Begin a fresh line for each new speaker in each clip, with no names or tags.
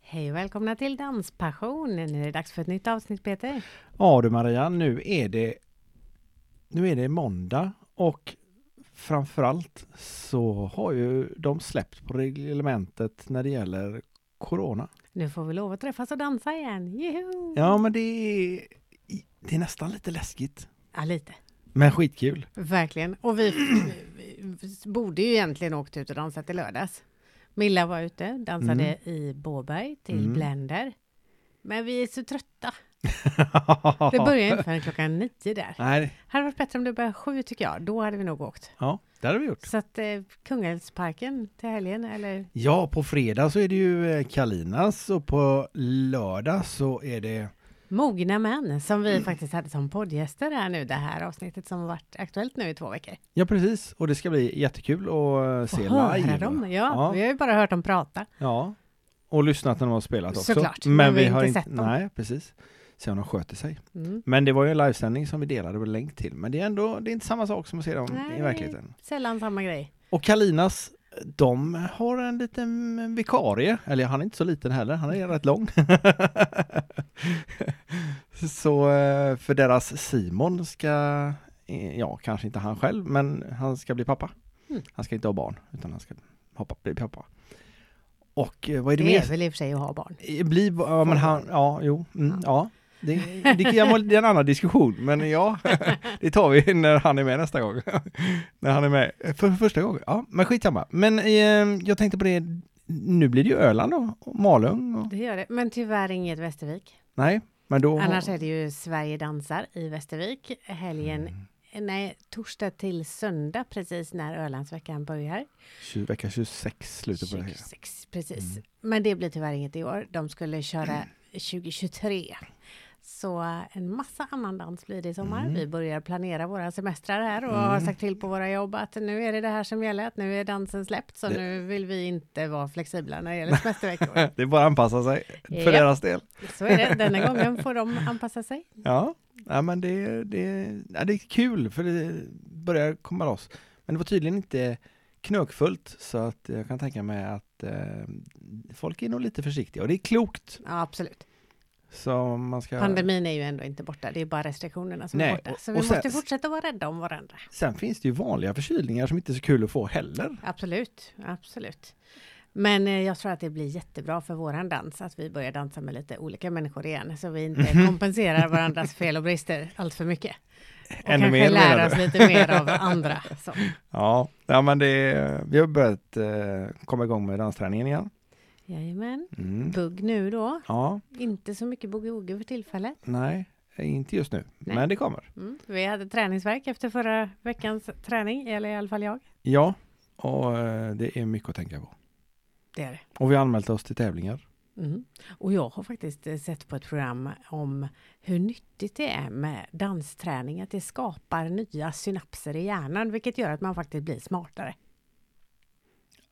Hej och välkomna till Danspassion. Nu är det dags för ett nytt avsnitt Peter.
Ja du Maria, nu är det nu är det måndag och framförallt så har ju de släppt på reglementet när det gäller Corona.
Nu får vi lov att träffas och dansa igen. Juhu!
Ja men det är, det är nästan lite läskigt.
Ja, lite.
Men skitkul.
Verkligen. Och vi, vi borde ju egentligen åkt ut och dansat i lördags. Milla var ute, dansade i Båberg till
Mm.
Blender. Men vi är så trötta. Det börjar ju inte förrän klockan nio där.
Nej,
Hade varit bättre om det började sju tycker jag. Då hade vi nog åkt.
ja det hade vi gjort.
Så att eh, Kungälvsparken till helgen eller?
Ja, på fredag så är det ju eh, Kalinas och på lördag så är det
Mogna män som
Mm.
vi faktiskt hade som poddgäster här nu, det här avsnittet som har varit aktuellt nu i två veckor.
Ja precis, och det ska bli jättekul att eh,
Och
se
höra
live.
dem, ja,
Ja.
Vi har ju bara hört dem prata.
Ja, och lyssnat när de har spelat också.
Såklart, men vi har inte sett dem.
Nej, precis. Se om de sköter sig.
Mm.
Men det var ju en livesändning som vi delade på länk till. Men det är ändå, det är inte samma sak som att se dem
Nej.
i verkligheten.
Sällan samma grej.
Och Kalinas, de har en liten vikarie, eller han är inte så liten heller, han är rätt lång. så eh, för deras Simon ska, eh, ja kanske inte han själv, men han ska bli pappa.
Mm.
Han ska inte ha barn, utan han ska hoppa, bli pappa. Och eh, vad är
Det
det,
är,
mer?
väl i och för sig att ha barn.
Eh, Bli, ja, men han, ja, jo, mm, ja. Det, det, kan vara- det är en annan diskussion, men ja, det tar vi när han är med nästa gång. När han är med för första gången. Ja, men skitsamma. Men eh, jag tänkte på det, nu blir det ju Öland då, och Malung och,
Det gör det, men tyvärr inget Västervik.
nej, men då...
Annars är det ju Sverige dansar i Västervik
Mm.
helgen, nej, torsdag till söndag precis när Ölandsveckan börjar.
Tju- Vecka 26 slutet på det. här. Mm.
26, precis. Men det blir tyvärr inget i år. De skulle köra 2023. Så eh, en massa annan dans blir det i sommar.
Mm.
Vi börjar planera våra semestrar här och har sagt till på våra jobb att nu är det det här som gäller, att nu är dansen släppt, så
Det-
nu vill vi inte vara flexibla när det gäller semesterveckor.
Det är bara att anpassa sig för
Ja.
deras del.
så är det, denna gången får de anpassa sig.
Ja, ja men det, det, ja, det är kul för det börjar komma loss. Men det var tydligen inte knökfullt så att jag kan tänka mig att eh, folk är nog lite försiktiga och det är klokt.
Ja, absolut.
Så man ska...
Pandemin är ju ändå inte borta, det är bara restriktionerna som är
Nej,
borta.
och-
Så
och
vi
sen-
måste fortsätta vara rädda om varandra.
Sen finns det ju vanliga förkylningar som inte är så kul att få heller.
Absolut, absolut. Men eh, jag tror att det blir jättebra för våran dans att vi börjar dansa med lite olika människor igen så vi inte
Mhm.
kompenserar varandras fel och brister allt för mycket. Och
Ännu
kanske
mer,
lära
menar
oss lite mer av andra. Så.
Ja, ja men det, vi har börjat eh, komma igång med dansträningen igen.
Jajamän.
Mm.
Bugg nu då.
Ja,
Inte så mycket boogie-woogie för tillfället.
nej, inte just nu,
Nej.
men det kommer.
Mm. Vi hade träningsverk efter förra veckans träning, eller i alla fall jag.
Ja, och eh, det är mycket att tänka på.
Det är det.
Och vi har anmält oss till tävlingar.
Mm. Och jag har faktiskt eh, sett på ett program om hur nyttigt det är med dansträning, att det skapar nya synapser i hjärnan, vilket gör att man faktiskt blir smartare.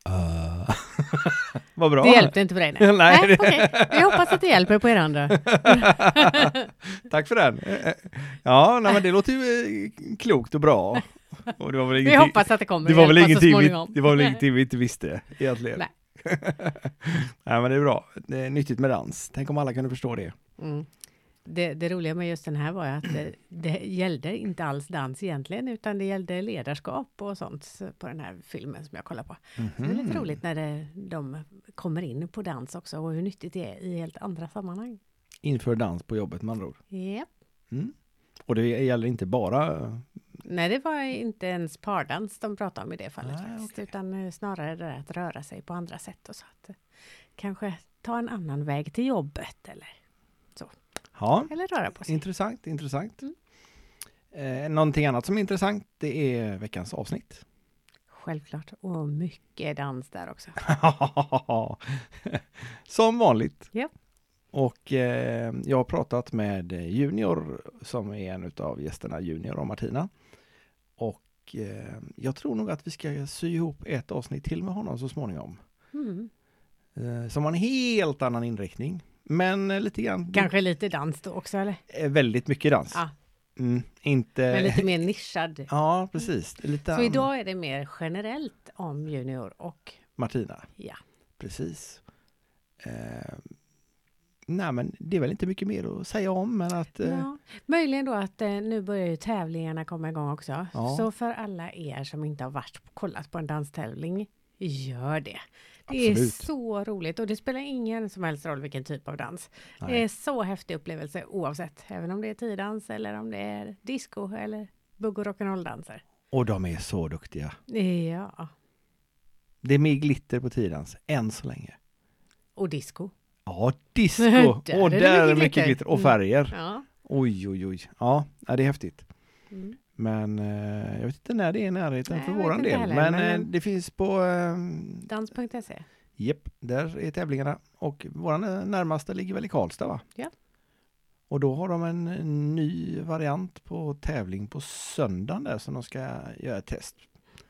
Uh. Vad bra!
Det hjälpte inte för dig? Nej,
Nej, det-
okej. Vi hoppas att det hjälper på er andra.
Tack för den. Eh, eh, Ja, nej, men det låter ju eh, klokt och bra. Och det var väl
Vi
ingenting,
hoppas att det kommer
det var
att
väl
hjälpa så
ingenting, vi,
småningom.
det var väl ingenting vi inte visste egentligen.
Nej.
nej, men det är bra. Det är nyttigt med dans. Tänk om alla kunde förstå det.
Mm. Det, det roliga med just den här var ju att det, det gällde inte alls dans egentligen, utan det gällde ledarskap och sånt på den här filmen som jag kollar på. Så det är
Mhm. Mm.
lite roligt när det, de kommer in på dans också och hur nyttigt det är i helt andra sammanhang.
Inför dans på jobbet med andra ord.
Japp.
Mm. Och det gäller inte bara...
Nej, det var inte ens pardans de pratade om i det fallet
Ah,
faktiskt, utan eh, snarare det där att röra sig på andra sätt och så att eh, kanske ta en annan väg till jobbet eller,
Ja,
eller röra på sig.
intressant, intressant.
Mm.
Eh, någonting annat som är intressant, det är veckans avsnitt.
Självklart, och mycket dans där också.
som vanligt.
Ja.
Och eh, jag har pratat med Junior som är en av gästerna, Junior och Martina. Och eh, jag tror nog att vi ska sy ihop ett avsnitt till med honom så småningom.
Mm.
Eh, som har en helt annan inriktning. Men eh, lite grann,
Kanske lite dans då också eller?
eh, väldigt mycket dans.
Ja,
Mm, inte...
men lite mer nischad.
Ja, precis. Lite
Så idag är det mer generellt om junior och
Martina.
ja.
Precis. Eh, nej men det är väl inte mycket mer att säga om men att eh,
Ja. Möjligen då att eh, nu börjar ju tävlingarna komma igång också.
Ja.
Så för alla er som inte har varit och kollat på en danstävling, gör det. Det är
Absolut.
så roligt och det spelar ingen som helst roll vilken typ av dans. Det
Nej.
är så häftig upplevelse oavsett, även om det är tidans eller om det är disco eller bugg och rock'n'roll-danser.
Och de är så duktiga.
Ja,
Det är mer glitter på tidans, än så länge.
och disco.
Ja, disco!
Där
och
är det
där är
mycket
det mycket
glitter.
glitter och
Mm.
färger.
Ja.
Oj, oj, oj. Ja, ja, det är häftigt.
Mm.
Men eh, jag vet inte när det är i närheten
Nej,
för
jag vet
våran
inte
del.
heller,
men
men-
eh, det finns på... eh,
Dans.se.
Japp, där är tävlingarna. Och våran eh, närmaste ligger väl i Karlstad va?
Ja.
Och då har de en ny variant på tävling på söndagen där som de ska göra ett test.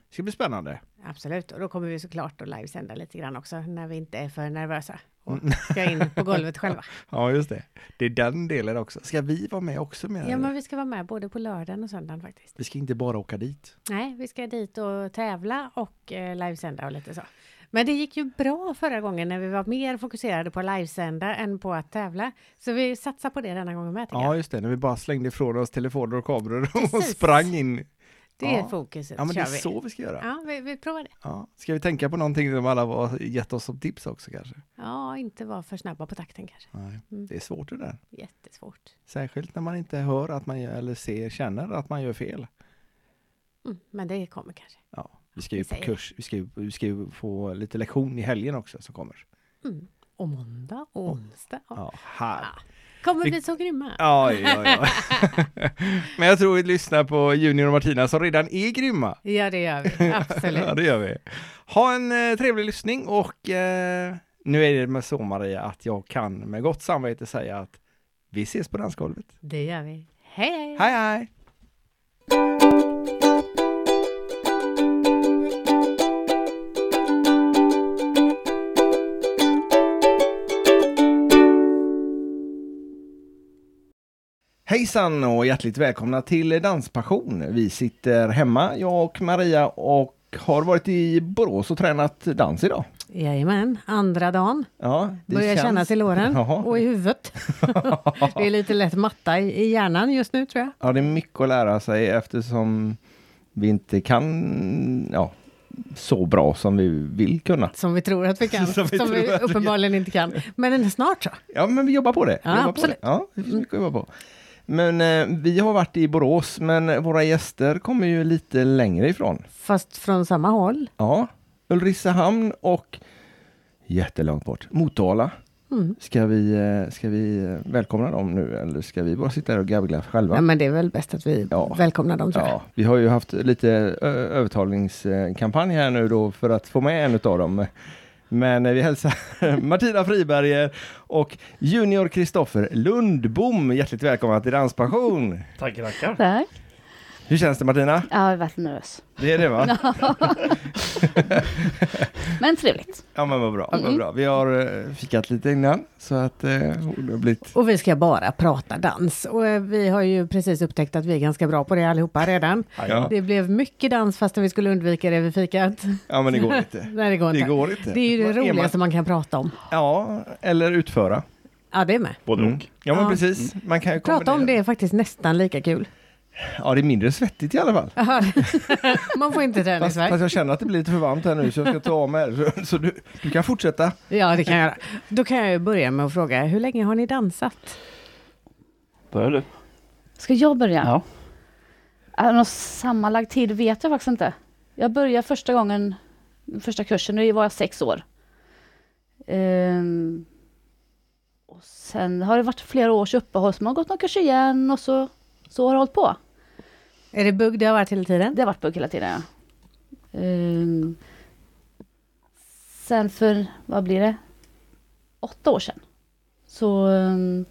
Det ska bli spännande.
Absolut, och då kommer vi såklart att livesända lite grann också när vi inte är för nervösa och
Mm.
ska in på golvet själva.
Ja, just det. Det är den delen också. Ska vi vara med också menar
Ja,
du?
men vi ska vara med både på lördagen och söndagen faktiskt.
Vi ska inte bara åka dit.
Nej, vi ska dit och tävla och eh, livesända och lite så. Men det gick ju bra förra gången när vi var mer fokuserade på att livesända än på att tävla. Så vi satsar på det denna gången med, tycker jag.
Ja, just det. När vi bara slängde ifrån oss telefoner och kameror och
Precis.
sprang in.
Det är
ja.
fokuset,
Ja, men det är
kör vi.
så vi ska göra.
Ja, vi, vi provar det.
Ja. Ska vi tänka på någonting som alla har gett oss som tips också kanske?
Ja, inte vara för snabba på takten kanske.
Nej.
Mm.
Det är svårt det där.
Jättesvårt.
Särskilt när man inte hör att man gör, eller ser, känner att man gör fel.
Mm, men det kommer kanske.
Ja, vi ska ju
Vi
på
säger
kurs, vi ska ju, vi ska ju få lite lektion i helgen också som kommer.
Mm. Och måndag och onsdag. Ja.
Ja, här.
Ja. Kommer
Vi-
bli så grymma.
Ja, ja, ja. Men jag tror vi lyssnar på Junior och Martina som redan är grymma.
Ja, det gör vi. Absolut.
Ja, det gör vi. Ha en eh, trevlig lyssning och eh, nu är det med så Maria att jag kan med gott samvete säga att vi ses på dansgolvet.
Det gör vi. Hej, hej!
Hej hej! Hejsan och hjärtligt välkomna till Danspassion. Vi sitter hemma, jag och Maria och har varit i Borås och tränat dans idag.
Jajamän, andra dagen.
Ja, det
Börjar
känns-
kännas i låren
Ja.
och i huvudet. det är lite lätt matta i, i hjärnan just nu tror jag.
Ja, det är mycket att lära sig eftersom vi inte kan ja, så bra som vi vill kunna.
Som vi tror att vi kan, som
Som
vi,
vi tror att vi-
uppenbarligen inte kan. Men snart så.
Ja, men vi jobbar på det.
Ja,
vi jobbar
absolut.
På det. Ja, det finns mycket att jobba på. Men eh, vi har varit i Borås, men våra gäster kommer ju lite längre ifrån.
Fast från samma håll.
Ja, Ulricehamn och jättelångt bort, Motala.
Mm.
Ska vi, eh, ska vi eh, välkomna dem nu eller ska vi bara sitta här och gabbla själva?
Ja, men det är väl bäst att vi
Ja.
välkomnar dem tror jag.
Ja, vi har ju haft lite ö, övertalningskampanj här nu då för att få med en av dem. Men eh, vi hälsar Martina Friberger och Junior Kristoffer Lundbom hjärtligt välkomna till Danspassion.
Tackar, tackar.
Tack.
Hur känns det Martina?
Jag har varit nervös.
Det är det va?
Men trevligt.
Ja men vad bra.
Mm.
Vad bra. Vi har eh, fikat lite innan så att eh, det har blivit...
Och vi ska bara prata dans. Och eh, vi har ju precis upptäckt att vi är ganska bra på det allihopa redan.
Ja,
Det blev mycket dans fastän vi skulle undvika det vid fikat.
ja men det går inte.
Nej, det går
Det
inte.
går inte.
Det är ju det
Vad man-
roligaste man kan prata om.
Ja, eller utföra.
Ja, det är med.
Både
Mm.
och.
Ja men
Ja.
precis. Man kan ju
Prata om
kombinera.
det är faktiskt nästan lika kul.
Ja det är mindre svettigt i alla fall.
Man får inte
Fast,
träningsvärk.
fast jag känner att det blir lite för varmt här nu så jag ska ta av mig här. Så, så du, du kan fortsätta.
Ja, det kan jag göra. Då kan jag ju börja med att fråga, hur länge har ni dansat?
Börjar du?
Ska jag börja?
Ja.
Ja. Någon sammanlagd tid vet jag faktiskt inte. Jag började första gången, första kursen, då var jag sex år. Ehm, och sen har det varit flera års uppehåll, så man har gått någon kurs igen och så, så har det hållit på.
Är det bugg det har varit hela tiden?
Det har varit bugg hela tiden, ja. Ehm, sen för, vad blir det? Åtta år sedan. Så ehm,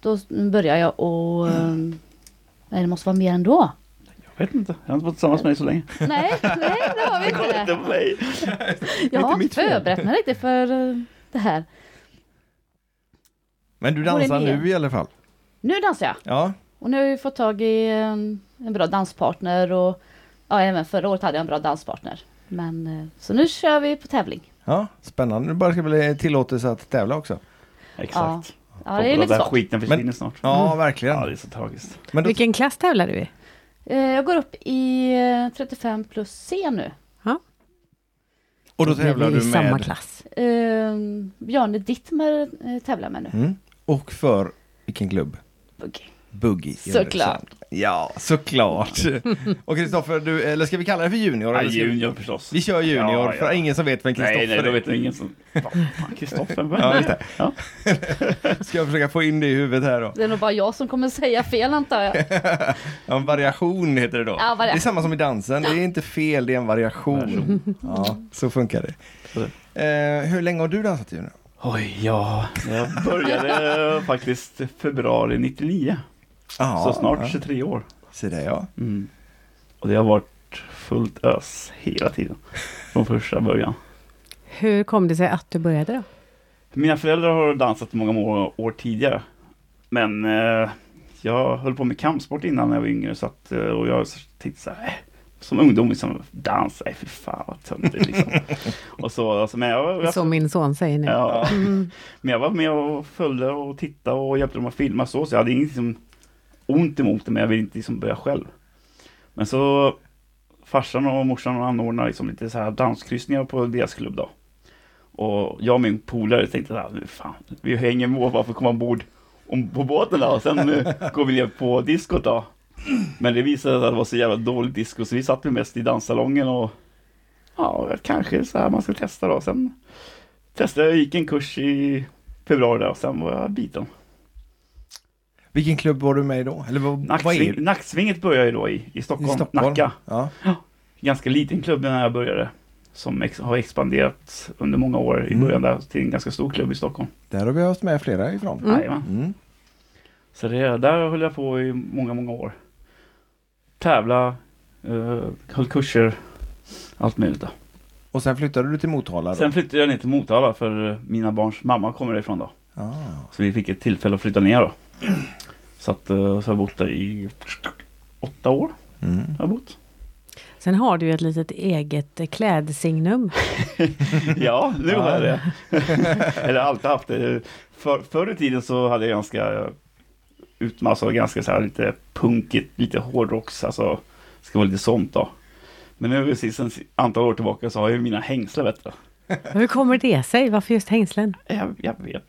då började jag och... ehm, Nej, det måste vara mer än då.
Jag vet inte. Jag har inte varit tillsammans med dig så länge.
Nej, nej, det har vi inte.
på mig.
Jag
inte
har
mitt
inte
fel.
förberett mig riktigt för eh, det här.
Men du
Går
dansar
det ner?
nu i alla fall.
Nu dansar jag.
Ja,
Och nu har jag fått tag i en, en bra danspartner och ja, även förra året hade jag en bra danspartner. Men eh, så nu kör vi på tävling.
ja spännande. Nu bara ska det bli tillåtelse att tävla också.
Exakt.
Ja, det är lite
Den där
svårt.
skiten försvinner
Men-
snart.
Mm.
Ja,
Ja,
verkligen.
det är så tragiskt.
Men då,
Vilken klass tävlar du i?
Eh, Jag går upp i eh, 35 plus C nu.
och då
Vi är
tävlar
i
du
samma
med...
klass.
Eh, Bjarne Dittmer eh, tävlar med nu.
Mm. Och för vilken klubb?
Okej.
Buggy.
Såklart.
Ja, såklart. och Kristoffer, du, eller ska vi kalla dig för junior?
Ja,
eller ska vi-
junior förstås.
Vi kör junior,
Ja, ja.
för ingen som vet vem
Nej, nej,
Kristoffer
då
är.
vet jag ingen som... Ja, fan, Kristoffer, vad
Ja,
är
just
det?
det.
Ja.
Ska jag försöka få in det i huvudet här då?
Det är nog bara jag som kommer säga fel antar jag.
Ja, en variation heter det då.
Ja, variation.
Det är samma som i dansen, det är inte fel, det är en variation. Ja, så funkar det. Eh, hur länge har du dansat junior?
Oj, ja. Jag började eh, faktiskt februari 99.
Ja,
så snart
Ja.
23 år.
Se där ja.
Mm. Och det har varit fullt ös hela tiden. Från första början.
Hur kom det sig att du började då?
Mina föräldrar har dansat många må- år tidigare. Men eh, jag höll på med kampsport innan när jag var yngre. Så att, eh, och jag tänkte så här, eh, som ungdom, liksom, dans, nej fy fan vad töntigt liksom. och så, alltså, men jag, jag,
Som min son säger nu. Mm.
ja, men jag var med och följde och tittade och hjälpte dem att filma så. Så jag hade inget liksom, ont emot det, men jag ville inte liksom, börja själv. Men så farsan och morsan anordnade liksom lite så här danskryssningar på deras klubb då. Och jag och min polare tänkte att nu fan, vi hänger med bara för att komma ombord om- på båten då. Och sen eh, går vi ner på diskot då. Men det visade sig att det var så jävla dåligt disco så vi satt ju mest i danssalongen och ja, kanske så här man skulle testa då. Sen testade jag, gick en kurs i februari där och sen var jag biten.
Vilken klubb var du med i då? Eller vad, vad är
Nacksving,
det?
nacksvinget började jag då i, i, Stockholm, Nacka.
Ja.
Ganska liten klubb när jag började. Som ex- har expanderat under många år
Mm.
i början där till en ganska stor klubb i Stockholm.
Där har vi haft med flera ifrån.
Mm.
Jajamän.
Mm.
Så det, där höll jag på i många, många år. Tävla, eh, höll kurser, allt möjligt. Då.
Och sen flyttade du till Motala då?
Sen flyttade jag ner till Motala för eh, mina barns mamma kommer ifrån då.
Ah.
Så vi fick ett tillfälle att flytta ner då. Så, att, eh, så har jag bott där i åtta år.
Mm.
Har jag bott.
Sen har du ju ett litet eget eh, klädsignum.
Ja, nu har jag det. Eller alltid haft det. För, förr i tiden så hade jag ganska ut, alltså ganska så här lite punkigt, lite hårdrocks, alltså ska vara lite sånt då. Men nu sist ett antal år tillbaka så har jag ju mina hängslen vet du.
Hur kommer det sig? Varför just hängslen?
Jag, jag vet.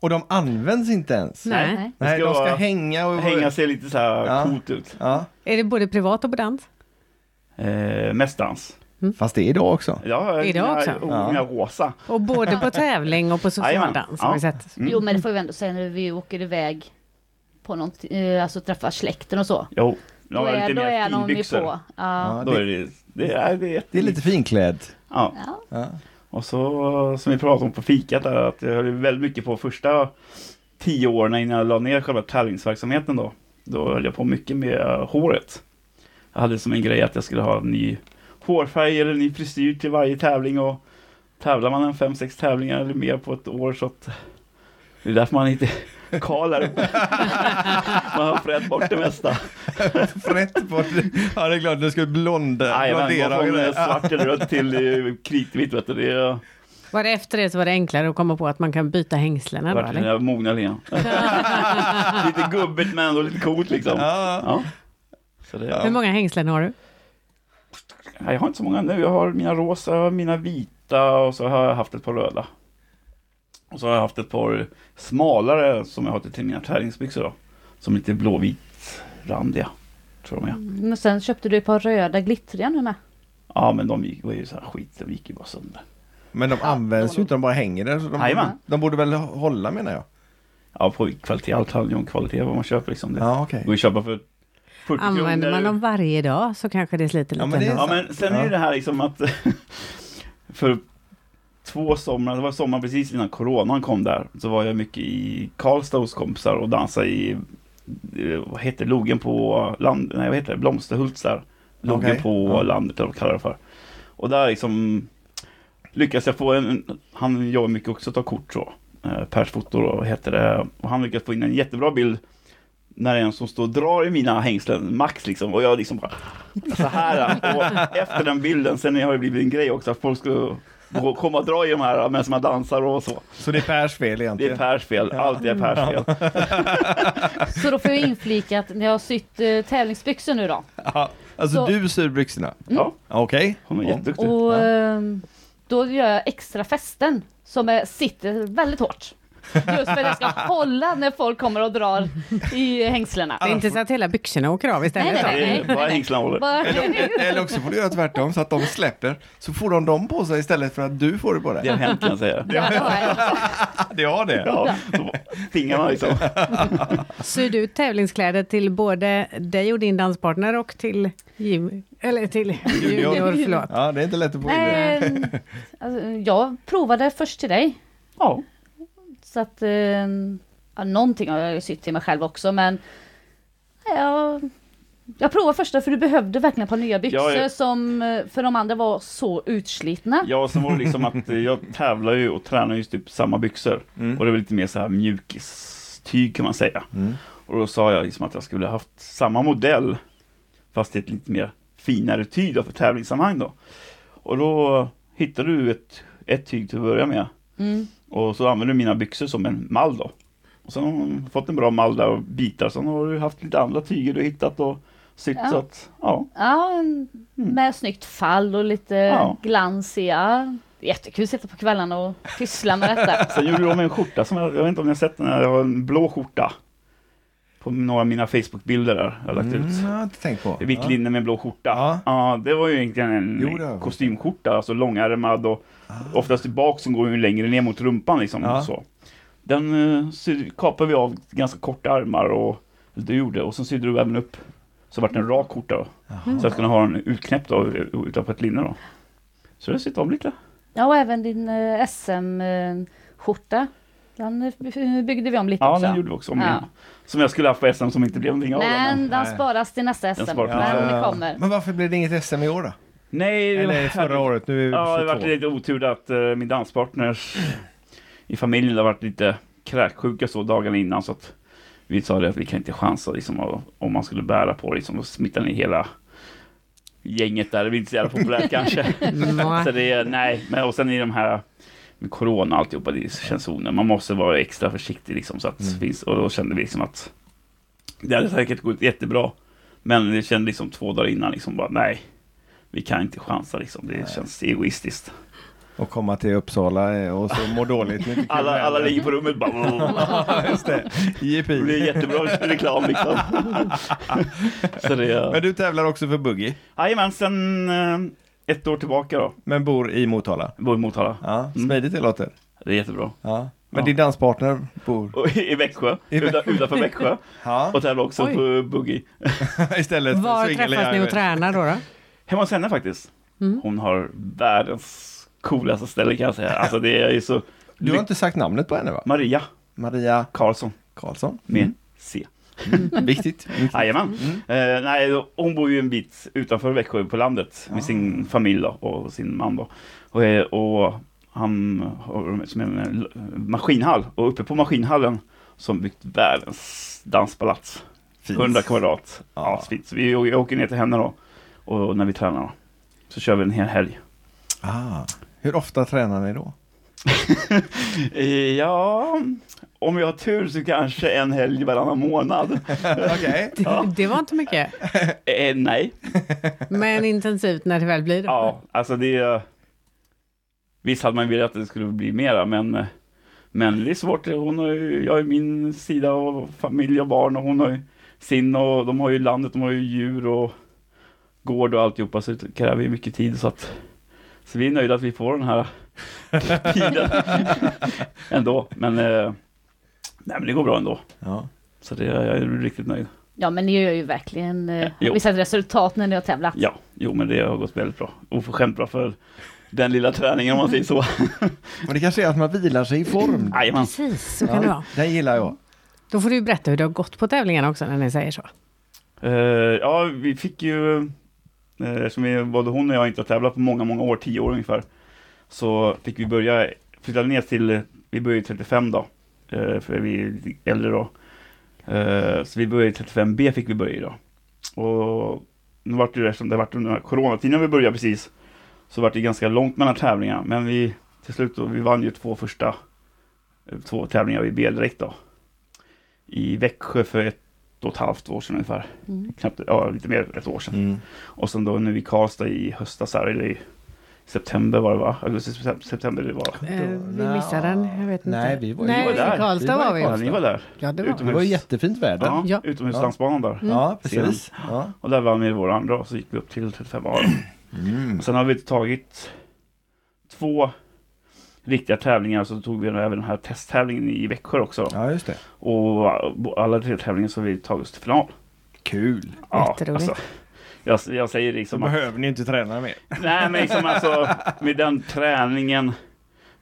Och de används inte ens?
Nej.
Nej.
Nej,
Det ska
de ska
vara-
hänga och...
Hänga sig lite så här
Ja.
coolt ut.
Ja.
Är det både privat och på dans?
Eh, mest dans.
Fast det är idag också.
Ja,
Idag
mina,
också?
oh,
Ja.
mina rosa.
Och både på tävling och på social
Jajamän.
dans har vi sett.
Mm.
Jo men det får vi ändå säga när vi åker iväg på någon, eh, alltså träffar släkten och så.
Jo, nu
då
har jag
är,
lite
då är
mer
jag någon ju
finbyxor.
på. Ja.
Ja,
Då är
det,
det, det, är, det, är
det är lite finklädd.
Ja.
Ja.
Ja.
Och så som vi pratade om på fikat där att jag höll ju väldigt mycket på första tio åren innan jag la ner själva tävlingsverksamheten då. Då höll jag på mycket med eh, håret. Jag hade som en grej att jag skulle ha en ny hårfärg eller en ny frisyr till varje tävling och tävlar man en fem, sex tävlingar eller mer på ett år så att det är därför man inte är karl här uppe. Man har frätt bort det mesta.
Frätt bort. Ja, det är klart, du ska blonda,
Jajamän,
blondera
man
och
får
grejer.
med svart eller rött till eh, kritvitt vet du. Det är,
Var det efter det så var det enklare att komma på att man kan byta hängslena då
Vart den
eller?
där mogna lean. lite gubbigt men ändå lite coolt liksom. Ja.
Ja.
Så det,
Hur många hängslen har du?
Nej, Jag har inte så många nu. Jag har mina rosa, mina vita och så har jag haft ett par röda. Och så har jag haft ett par smalare som jag har till mina träningsbyxor då. Som lite blåvit randiga. Tror de
Mm.
är.
Men sen köpte du ett par röda glittriga nu med.
Ja men de gick, var ju så här skit, de gick ju bara sönder.
Men de används ju inte, de bara hänger där. Så de,
Jajamän.
de borde väl hålla menar jag?
Ja på kvalitet, allt handlar ju om kvalitet vad man köper liksom. Det
Ja, okej.
går ju att köpa för 40
Använder
kronor.
man dem varje dag så kanske det sliter lite
Ja, men det är
ändå.
Ja men sen är
Ja.
ju det här liksom att För två somrar, det var sommar precis innan coronan kom där Så var jag mycket i Karlstad hos kompisar och dansade i eh, Vad heter logen på land, nej vad heter det, Blomsterhults där Logen
Okej.
på
Ja.
landet eller vad de kallar det för Och där liksom Lyckas jag få en, han gör mycket också, ta kort så eh, Pers foto då, vad heter det Och han lyckas få in en jättebra bild när det är en som står och drar i mina hängslen, max liksom, och jag liksom bara så här. Och efter den bilden, sen har det blivit en grej också att folk ska och komma och dra i de här medan man dansar och så.
Så det är Pers fel
Det är
egentligen?
Pers fel, allt är Pers fel.
Så då får jag inflika att ni har sytt eh, tävlingsbyxor nu då.
Ja. Alltså
Så-
du syr byxorna?
Ja,
Okej.
hon är
Ja.
jätteduktig.
Och ehm, då gör jag extra fästen som är, sitter väldigt hårt. Just för att jag ska hålla när folk kommer och drar i hängslena.
Det är inte så att hela byxorna åker av istället.
Nej, nej,
Det är bara hängslarna håller.
Bara,
Eller, eller också får du göra tvärtom så att de släpper. Så får de dem på sig istället för att du får det på
Det
dig.
har hänt kan jag säga.
ja, det har jag.
Det har det.
Ja, så fingrarna liksom.
Syr du tävlingskläder till både dig och din danspartner och till Jim, eller till
Junior.
Junior, förlåt.
Ja, det är inte lätt att få in det.
Nej, alltså, jag provade först till dig.
Ja,
Så att, eh, ja, någonting har jag ju sytt till mig själv också men nej, jag, jag provade första för du behövde verkligen ett par nya
Ja,
byxor
ja.
som eh, för de andra var så utslitna.
ja sen var det liksom att eh, jag tävlar ju och tränar ju typ samma byxor.
Mm.
Och det var lite mer så här mjukistyg kan man säga.
Mm.
Och då sa jag liksom att jag skulle haft samma modell fast i ett lite mer finare tyg då, för tävlingssammanhang då. Och då hittade du ett, ett tyg till att börja med
Mm.
och så använde du mina byxor som en mall då. Och sen har du fått en bra mall där och bitar, sen har du haft lite andra tyger du hittat och sytt
Ja.
så att, ja.
Ja, en- med snyggt fall och lite
Mm. Ja.
glansiga. Jättekul att sitta på kvällarna och pyssla med detta.
Sen gjorde du om en skjorta som jag, jag vet inte om ni har sett den här, jag har en blå skjorta. På några av mina Facebook-bilder där jag har lagt
Mm,
ut.
jag har inte tänkt på.
Det är Vitt linne med blå skjorta.
Ja.
Ja. det var ju egentligen en
Jo, det har jag fått.
kostymskjorta, alltså långärmad och oftast tillbaka som går ju längre ner mot rumpan liksom.
Ja.
Så. Den eh, sy- kapade vi av ganska korta armar och du gjorde och sen sydde du även upp så vart det en rak skjorta då.
Mm. Jaha.
Så att kunna ha den utknäppt då, ut- utanpå ett linne då. Så det sitter om lite.
Ja, och även din SM-skjorta. Den eh, byggde vi om lite
Ja,
också.
den gjorde vi också om
Ja.
igen. Som jag skulle haft på SM som inte blev någonting av. då,
Men
men-
den
Nej.
sparas till nästa SM.
Den sparas till
men
nästa.
det kommer.
Men varför blev det inget SM i år då?
Nej, det
Eller
var-
förra året, nu är vi
Ja, det
på
vart
22.
lite otur där att eh, min danspartners i familjen har varit lite kräksjuka så dagarna innan så att vi sa det att vi kan inte chansa liksom, om- om man skulle bära på det liksom, och smitta ner hela gänget där. Det blir inte så jävla populärt kanske.
Mwah.
Så det är, nej, men och sen i de här med corona och alltihopa, det känns onödigt. Man måste vara extra försiktig liksom. Så att
Mm.
finns, och då kände vi liksom att det hade säkert gått jättebra. Men det kände liksom två dagar innan liksom bara nej, vi kan inte chansa liksom. Det känns egoistiskt.
Och komma till Uppsala eh, och så må dåligt. Nu tycker
Alla,
jag
alla
väl.
ligger på rummet bara
Ja, just det. JP.
Det blir jättebra reklam liksom. Så det
Men
är...
du tävlar också för buggy,
Jajamän, sen eh, ett år tillbaka då.
men bor i Motala.
Bor i Motala.
Ja,
Mm.
smidigt det låter.
Det är jättebra.
Ja. Men
Ja.
din danspartner bor
Och i Växjö,
I Växjö.
utan- utanför Växjö.
ja.
Och tävlar också
Oj.
på boogie.
istället för
Var
Singel i
träffas ni och
Järven.
tränar då? då?
Hemma hos henne faktiskt.
Mm.
Hon har världens coolaste ställe kan jag säga. Alltså det är ju så...
Du har inte sagt namnet på henne va?
Maria
Maria
Karlsson
Karlsson. Mm.
med C.
Viktigt.
Jajamän.
Mm.
Eh, nej, hon bor ju en bit utanför Växjö på landet med sin familj då, och sin man då. Och, eh, och han har som en eh, maskinhall och uppe på maskinhallen som byggt världens danspalats.
Fint.
100 kvadrat.
Ja.
Ja, fint. Så vi å- åker ner till henne då och när vi tränar då. Så kör vi en hel helg.
Ah. Hur ofta tränar ni då?
Eh, Ja, om jag har tur så kanske en helg varannan månad.
Okej.
Det, det var inte mycket,
Eh, nej,
men intensivt när det väl blir. då.
Ja, alltså det... är- Visst hade man velat att det skulle bli mera, men, men det är svårt. Hon har ju, jag har ju min sida och familj och barn och hon har ju sin och de har ju landet, de har ju djur och gård och alltihopa, så det kräver ju mycket tid. Så, att, så vi är nöjda att vi får den här tiden ändå. Men, eh, nej, men det går bra ändå.
Ja.
Så det, jag är riktigt nöjd.
Ja men ni gör ju verkligen eh,
Jo.
vissa resultat när ni har tävlat.
Ja, jo men det har gått väldigt bra. Oförskämt bra för den lilla träningen om man säger så.
Men det kanske är att man vilar sig i form.
Jajamän.
Precis, så kan det vara.
Den gillar jag.
Då får du ju berätta hur det har gått på tävlingarna också när ni säger så.
Eh, ja, vi fick ju, eh, som vi, både hon och jag inte har tävlat på många, många år, 10 år ungefär, så fick vi börja, flytta ner till, vi började ju 35 då, eh, för vi är lite äldre då. Eh, så vi började i 35B fick vi börja i då. Och nu vart det ju, eftersom det vart under den här coronatiden vi började precis, Så vart det ganska långt mellan tävlingarna. Men vi, till slut då, vi vann ju två första eh, två tävlingar i B-dräkt då. I Växjö för ett och ett halvt år sedan ungefär.
Mm.
Knappt, ja, lite mer än ett år sedan.
Mm.
Och sen då nu i Karlstad i höstas här, eller i september var det va? Augusti, septem- september det var.
Eh, vi missade den, jag vet inte.
Nej, vi var,
Nej,
vi var där.
i Karlstad var vi.
Ja, ni var där.
Ja, det var
Utom-
Det var jättefint väder.
Ja,
Ja. Mm.
utomhuslandsbanan
Mm.
där.
Ja, precis. Ja.
Och där vann vi vår andra och så gick vi upp till 35 år.
Mm.
Och sen har vi tagit två riktiga tävlingar så tog vi även den här testtävlingen i Växjö också.
ja, just det.
Och eh, alla tre tävlingar så har vi tagit oss till final.
Kul.
Jätteroligt.
alltså, jag, jag säger
Så
liksom att,
behöver ni inte träna mer.
nej men liksom alltså med den träningen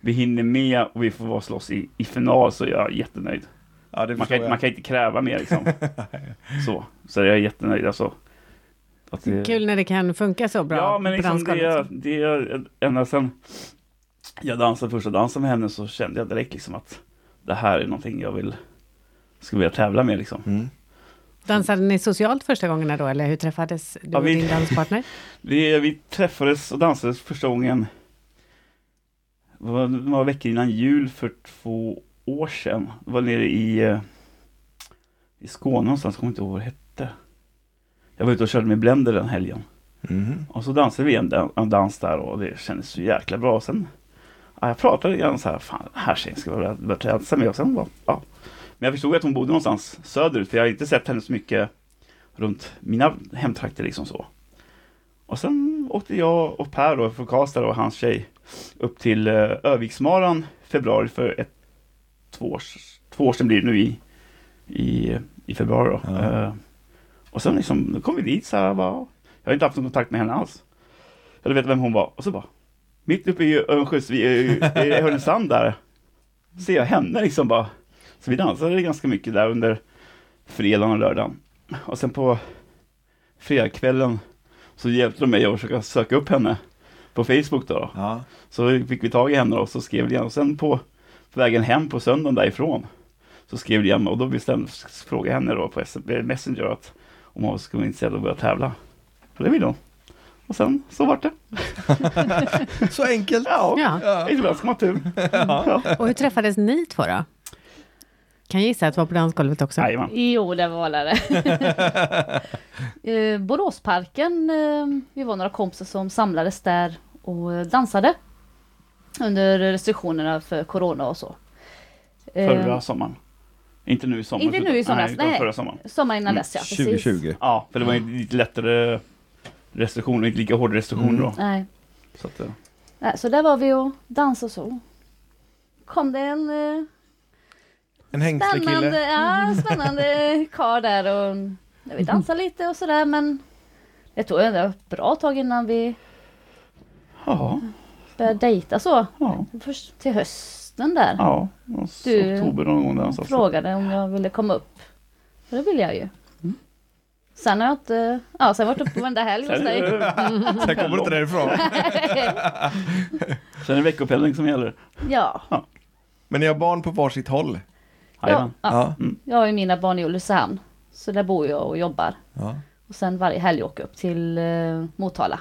vi hinner med och vi får vara och slåss i, i final så är jag jättenöjd.
Ja, det
Man kan, inte- man kan inte kräva mer liksom. Så, så jag är jättenöjd alltså. Att det-
kul när det kan funka så bra.
Ja, men
på
liksom det,
dansgolvet.
det är ända sedan jag dansade första dansen med henne så kände jag direkt liksom att det här är någonting jag vill skulle vilja tävla med liksom.
Mm.
Dansade ni socialt första gångerna då, eller hur träffades du
Ja,
och
vi-
din danspartner?
Vi, vi träffades och dansade första gången det var några veckor innan jul för två år sedan. Det var nere i, eh, i Skåne någonstans, jag kommer inte ihåg vad det hette. Jag var ute och körde med Blender den helgen.
Mm.
Och så dansade vi en, dan- en dans där och det kändes så jäkla bra. Och sen, ja, jag pratade lite grann så här, fan den här tjejen ska jag börja dansa med. Och sen bara, ja. Men jag förstod att hon bodde någonstans söderut, för jag har inte sett henne så mycket runt mina hemtrakter liksom så. Och sen åkte jag och Per då från Karlstad och hans tjej upp till eh, Öviksmaran februari för ett, två, år, två år sedan blir det nu i, i, i februari då.
Ja.
Eh, och sen liksom, då kom vi dit så här, bara, jag har inte haft någon kontakt med henne alls. Eller vet vem hon var. Och så bara, mitt uppe i Örnsköldsvik, i i Härnösand där, ser jag henne liksom bara. Så vi dansade ganska mycket där under fredagen och lördagen. Och sen på fredagskvällen så hjälpte de mig att försöka söka upp henne på Facebook då. då.
Ja.
Så fick vi tag i henne och så skrev Liam. Och sen på vägen hem på söndagen därifrån så skrev Liam och då bestämde frågade henne då på SM Messenger att om hon skulle vara intresserad av att börja tävla. Och det ville hon. Och sen så vart det.
Så enkelt.
Ja,
Ja.
ibland ska man ha tur.
Och hur träffades ni två då? Kan jag gissa att det var på dansgolvet också?
Jajamän.
Jo, det var det. Eh, Boråsparken, eh, vi var några kompisar som samlades där och eh, dansade. Under restriktionerna för corona och så. Eh,
Förra sommaren. Inte nu i sommar.
Inte nu i
utan-
somras,
Nej, utan
nej.
förra sommaren.
Sommaren innan
Mm,
dess ja, precis.
2020.
Ja, för det var ju lite lättare restriktioner, inte lika hårda restriktioner
Mm.
då.
Nej.
Så att, eh,
Nej, så där var vi och dansade och så. Kom det en eh,
En hängslig
spännande,
kille.
ja, spännande karl där och ja, vi dansade lite och sådär men det tog ändå ett bra tag innan vi
ja,
började dejta så.
ja,
Först till hösten där.
ja. Och så
Du-
Oktober någon gång där någonstans.
frågade om jag ville komma upp. Och det ville jag ju.
Mm.
Sen har jag inte... Ja, sen har jag varit uppe varenda helg hos
Sen är
dig. Mm.
det-
Sen kommer du inte därifrån.
sen är det veckopendling som gäller.
Ja,
Men ni har barn på varsitt håll.
ja,
Jajamän.
ja.
Ja.
Jag har ju mina barn i Ulricehamn. Så där bor jag och jobbar.
ja.
Och sen varje helg åker jag upp till eh, Motala.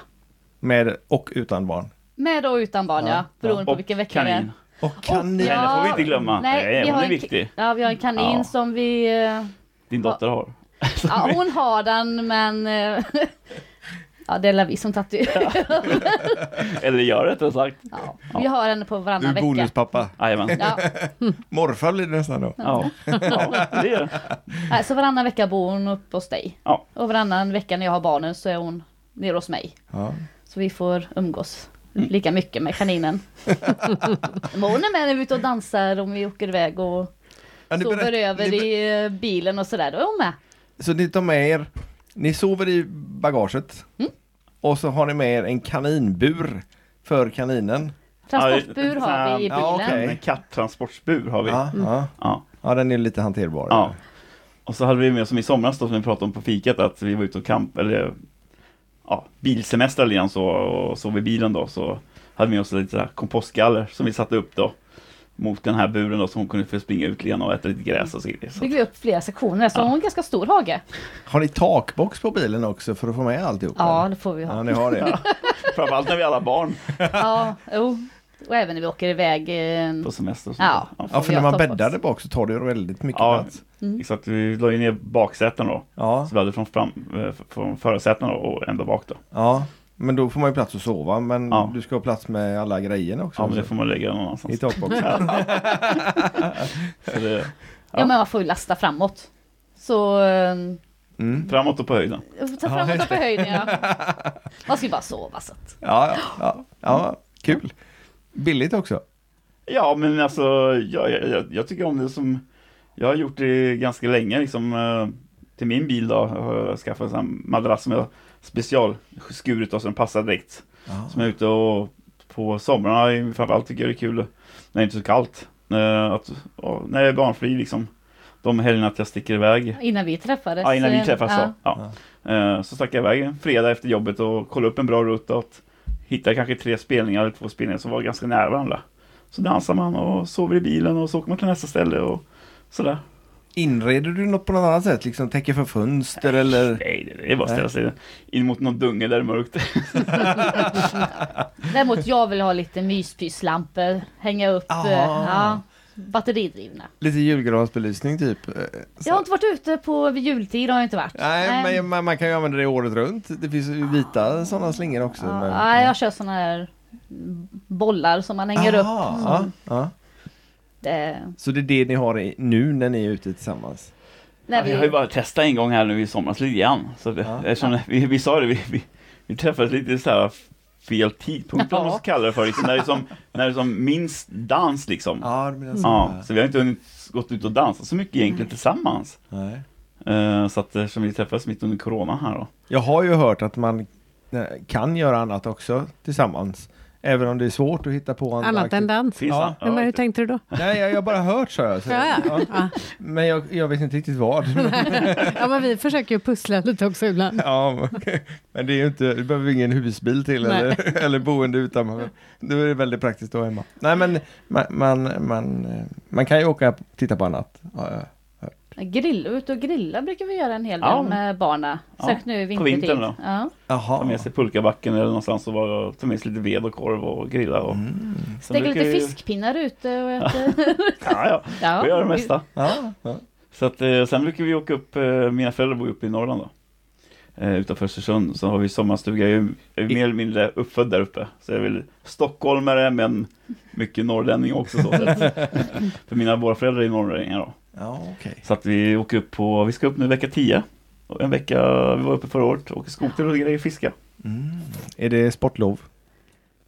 Med och utan barn.
Med och utan barn ja,
Ja,
beroende på
Och
vilken vecka det
kanin.
är.
Och kan ni...
Ja.
Henne får vi inte glömma. Nej, hon är
en, ki-
viktig.
Ja, vi har en kanin
Ja.
som vi... eh,
Din dotter har.
Ja, hon har den men... eh, ja, det är väl vi som tatuerar.
Eller gör rättare sagt.
Ja. Vi har henne på
Du
varannan
är
vecka.
bonuspappa.
Jajamän.
Ja.
Morfar blir det nästan då.
Ja. ja, det är det.
Nej, så varannan vecka bor hon uppe hos dig.
Ja.
Och varannan vecka när jag har barnen så är hon nere hos mig.
Ja.
Så vi får umgås lika mycket med kaninen. Men hon är med när vi är ute och dansar om vi åker iväg och
Ja, ni
sover
berätt-
över
ni ber-
i eh, bilen och sådär. Då är hon med.
Så ni tar med er, ni sover i bagaget
Mm.
och så har ni med er en kaninbur för kaninen.
Transportbur
Ja,
har vi i bilen.
ja, okej.
En kattransportsbur har vi.
Ja, ja.
Ja.
ja, den är lite hanterbar.
Ja. Och så hade vi med som i somras då, som vi pratade om på fikat, att vi var ute och camp, eller ja, bilsemester eller igen så, och sov i bilen då, så hade vi med oss lite så här kompostgaller som vi satte upp då. mot den här buren då, så hon kunde få springa ut igen och äta lite gräs och så vidare. Så
Bygger vi upp flera sektioner, så har en ganska stor hage.
Har ni takbox på bilen också för att få med alltihop?
Ja,
eller?
det får vi
ja
ha.
ni har det.
framförallt när vi är alla barn
Ja, jo. Och även när vi åker iväg. eh,
på semester. Och sånt.
Ja,
Ja. Mm.
Ja,
får
för
vi
när
ha
man
takbox.
bäddar där bak så tar det ju väldigt mycket
Ja.
plats.
Exakt, vi la ju ner baksäten då.
Ja,
Så vi hade från, fram, eh, från förarsätena och ända bak då.
ja. Men då får man ju plats att sova, men
Ja.
du ska ha plats med alla grejerna också.
Ja, men det får man lägga någon annanstans.
I takboxen.
Så det,
Ja, men man får ju lasta framåt. Så eh,
Mm.
framåt och på höjden.
ta framåt och på höjden, ja. Man ska ju bara sova så att.
Ja, ja, ja, ja, kul. Billigt också.
Ja, men alltså jag, jag, jag, jag tycker om det som... Jag har gjort det ganska länge liksom. eh, Till min bil då har jag skaffat en sån här madrass som jag specialskurit och så den passar direkt.
Ja.
Som jag är ute och på somrarna framförallt tycker jag det är kul när det är inte är så kallt. Eh, Att, och när jag är barnfri liksom. De helgerna att jag sticker iväg.
Innan vi träffades.
Ja, innan vi
eh,
träffas
ja.
så. Ja. Eh, Så stack jag iväg en fredag efter jobbet och kollade upp en bra rutt och att- hittade kanske tre spelningar eller två spelningar som var ganska nära varandra. Så dansar man och sover i bilen och så åker man till nästa ställe och sådär.
Inreder du något på något annat sätt? Liksom täcker för fönster eller?
Nej, det- det är bara att ställa sig in mot någon dunge där det är mörkt.
Däremot jag vill ha lite myspyslampor, hänga upp,
Ah.
eh, ja, batteridrivna.
Lite julgransbelysning typ? eh,
Jag har inte varit ute på vid jultid har jag inte varit.
Nej,
Nej.
men man, man kan ju använda det året runt. Det finns ju vita sådana slingor också.
Ja,
men-
nej, jag kör såna här bollar som man hänger upp.
Ah.
eh,
Aha, Ah, Ja, ja.
Det,
Så det är det ni har i, nu när ni är ute tillsammans?
när
Jag har ju
vi,
bara testat en gång här nu i somras lite grann. Så det,
Ja.
eftersom vi, vi sa det, vi, vi, vi träffades lite så här fel tidpunkt om man ska kalla det för. Liksom, när det är som, när det är som minst dans liksom.
Ja, det menar så.
Ja, så vi har inte hunnit gått ut och dansat så mycket egentligen tillsammans.
Nej.
Eh, Så att eh, som vi träffades mitt under corona här då.
Jag har ju hört att man eh, kan göra annat också tillsammans. Även om det är svårt att hitta på andra
Annat än
aktiviteter.
dans.
Finns
Ja,
han?
Men hur
inte-
tänkte du då?
Nej, jag jag har bara hört så jag. Så,
Ja, ja.
ja.
Ja.
Men jag, jag vet inte riktigt vad.
ja, men vi försöker ju pussla lite också ibland.
ja, okej. men det är ju inte, du behöver ingen husbil till
Nej.
eller, eller boende utan. Då är det väldigt praktiskt att vara hemma. Nej, men man, man, man, eh, man kan ju åka och titta på annat. Ja, ja.
grill, ut och grilla brukar vi göra en hel del
Ja.
med barna.
Ja,
Särskilt nu i
på
vintertid.
vintern då.
Ja.
Ta
Jaha.
med sig pulkabacken eller någonstans och bara ta med sig lite ved och korv och grilla. Och... Sen
Steker
brukar
lite
vi-
fiskpinnar ute och äter.
Ja, ja.
Ja,
Vi gör det
vi-
mesta.
Ja, ja.
Så att, eh, sen brukar vi åka upp, eh, mina föräldrar bor ju uppe i Norrland då. Eh, utanför Östersund, så har vi sommarstuga. Jag är ju- jag är mer eller mindre uppfödd där uppe. Så jag är väl stockholmare men mycket norrlänning också. Så sett. För mina, våra föräldrar är norrlänningar då.
ja okej.
Så att vi åker upp på, vi ska upp nu vecka 10. Och En vecka, vi var uppe förra året, åker skoter och grejer, fiska.
Är det sportlov?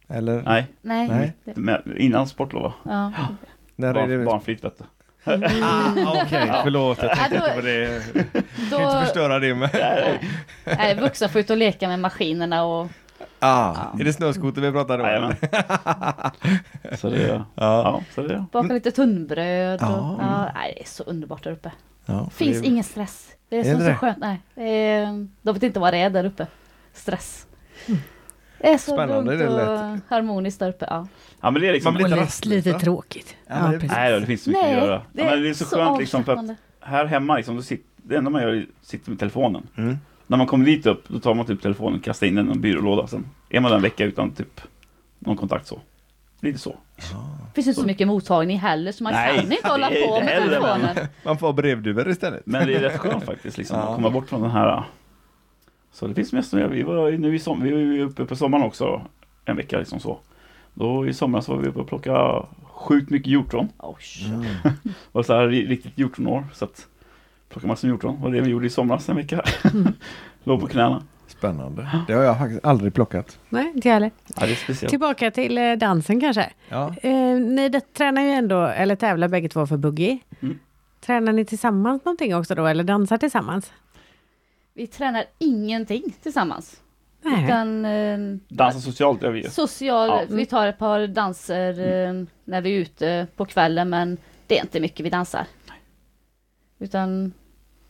Eller?
Nej,
Nej.
Nej.
Det-
men innan sportlov va?
Ja.
När är
Barn,
det?
barnfritt vet du.
Ah, Okej, förlåt. Jag
Ja,
tänkte
då-
inte på det.
Då,
Kan inte förstöra det med.
nej, vuxna får ut och leka med maskinerna och
Ah, är det snöskoter vi pratar om?
Jajamän. Så det, ja.
Ja.
så det.
baka lite tunnbröd. Och,
Ja.
ja, nej, det är så underbart där uppe.
Ja, för
Finns
det-
ingen stress. Det är,
Är
så,
det
så
det?
skönt. Nej. Det är, de vet inte vad det är där uppe. Stress.
Mm.
Det är så
Spännande,
lugnt
det lät.
och harmoniskt där uppe. Ja.
Ja men det är liksom...
Man blir
Och
lite
lite,
rastlös,
lite
va?
tråkigt.
Ja, men
Ja,
det-
precis.
Nej då, det finns så mycket att göra.
det,
ja, men det är så, skönt liksom för att
avslappnande.
här hemma liksom, då sit- det enda man gör är att sitta med telefonen.
Mm.
När man kommer dit upp, då tar man typ telefonen och kastar in den i en byrålåda. Sen är man där en vecka utan typ någon kontakt så. Lite så.
Det finns inte så mycket mottagning heller så man
Mm. Nej,
kan inte hålla
det är
på
inte
med
heller, men-
telefonen.
Man får ha brevduvor istället.
Men det är rätt skönt faktiskt liksom,
Ja.
att komma bort från den här. äh. Så det finns mest att göra. Vi var ju nu i som, vi var ju uppe på sommaren också då, en vecka liksom så. Då i somras var vi uppe och plockade sjukt mycket hjortron.
Oh, shit.
Och så här ri- riktigt hjortronår. Så att plockade massor med hjortron. Och det vi gjorde i somras en vecka.
Mm.
Låg på knäna.
Spännande. Det har jag faktiskt aldrig plockat.
Nej, inte jag heller.
Ja, det är
Typ-
speciellt.
Tillbaka till eh, dansen kanske.
Ja.
Eh, ni det, tränar ju ändå, eller tävlar bägge två för boogie.
Mm.
Tränar ni tillsammans någonting också då, eller dansar tillsammans?
Vi tränar ingenting tillsammans.
Nej.
Utan, eh,
Dansa socialt gör vi ju.
Social,
Ja.
vi tar ett par danser eh,
Mm.
när vi är ute på kvällen men det är inte mycket vi dansar. Utan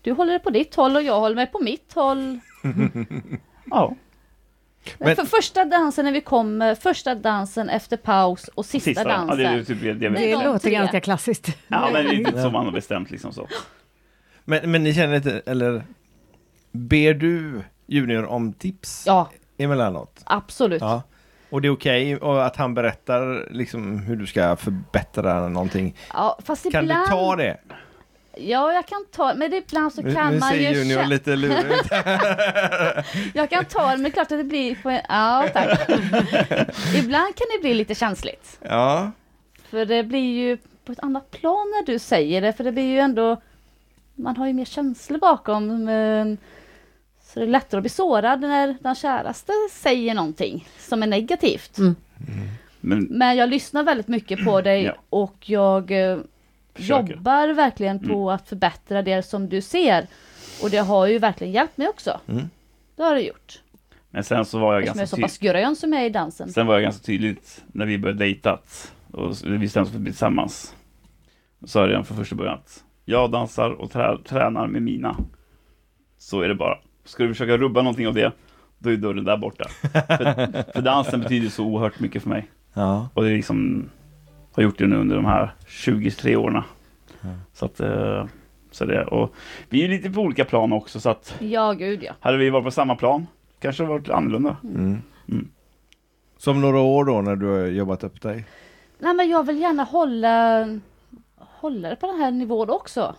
du håller dig på ditt håll och jag håller mig på mitt håll.
Ja.
Men-
För första dansen när vi kommer, första dansen efter paus och sista,
Ja,
dansen.
det är typ det vi
Nej,
Det
de
låter
tre.
ganska klassiskt.
Ja, men det är inte som man har bestämt liksom så.
Men, men ni känner inte, eller ber du Junior om tips
Ja,
emellanåt?
absolut.
Ja. Och det är okej och att han berättar liksom hur du ska förbättra någonting.
Ja, fast
Kan
ibland...
du ta det?
Ja, jag kan ta men det. ibland så
Nu,
kan
nu
man
ser
ju...
Junior
kä-
lite lurig ut.
Jag kan ta det, men det är klart att det blir... På en... Ja, tack. ibland kan det bli lite känsligt.
Ja.
För det blir ju på ett annat plan när du säger det, för det blir ju ändå... Man har ju mer känslor bakom. Men... Så det är lättare att bli sårad när den käraste säger någonting som är negativt.
Mm.
Men
Men jag lyssnar väldigt mycket på dig
Ja.
och jag eh,
Försöker. Mm.
jobbar verkligen på att förbättra det som du ser. Och det har ju verkligen hjälpt mig också.
Mm.
Det har det gjort.
Men sen så var jag
Eftersom jag
ganska
är så
tydlig.
pass grön som jag är i dansen.
Sen var jag ganska tydligt när vi började dejta att- och vi bestämde oss för att bli tillsammans. Då sa jag redan från första början att jag dansar och trä, tränar med mina. Så är det bara. Ska du försöka rubba någonting av det, då är dörren där borta. för, för dansen betyder så oerhört mycket för mig.
ja.
Och det är liksom, har gjort det nu under de här 23 åren. Så att, eh, så det, och vi är ju lite på olika plan också så att
Ja, gud ja.
hade vi varit på samma plan, kanske det hade varit annorlunda.
Mm.
Mm.
Som några år då när du har jobbat upp dig?
Nej men jag vill gärna hålla, hålla det på den här nivån också.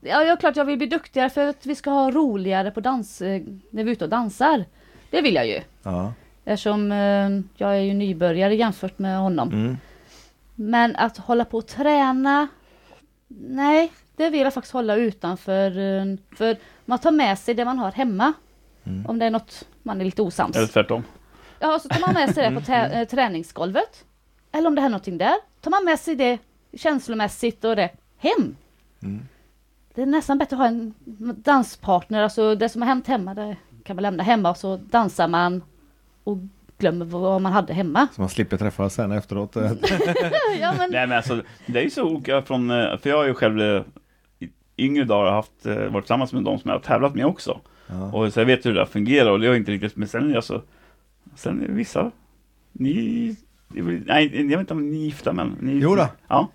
Ja, jag är klart jag vill bli duktigare för att vi ska ha roligare på dans, eh, när vi är ute och dansar. Det vill jag ju.
Ja.
Eftersom eh, jag är ju nybörjare jämfört med honom.
Mm.
Men att hålla på och träna, nej, det vill jag faktiskt hålla utanför. eh, För man tar med sig det man har hemma. Om det är något man är lite osams.
Eller tvärtom.
Ja, så tar man med sig det på tä- eh, träningsgolvet. Eller om det händer någonting där, tar man med sig det känslomässigt och det hem. Det är nästan bättre att ha en danspartner, alltså det som har hänt hemma, det kan man lämna hemma och så dansar man och glömmer vad man hade hemma.
Så man slipper träffas sen efteråt.
Ja, men,
Nej men alltså, det är ju så olika från, eh, för jag har ju själv eh, i yngre dagar haft, eh, varit tillsammans med de som jag har tävlat med också.
Ja.
Och så jag vet hur det där fungerar och det har jag inte riktigt, men sen är jag så, sen är det vissa, ni, det är väl- nej jag vet inte om ni är gifta men ni
Jo då.
Ja.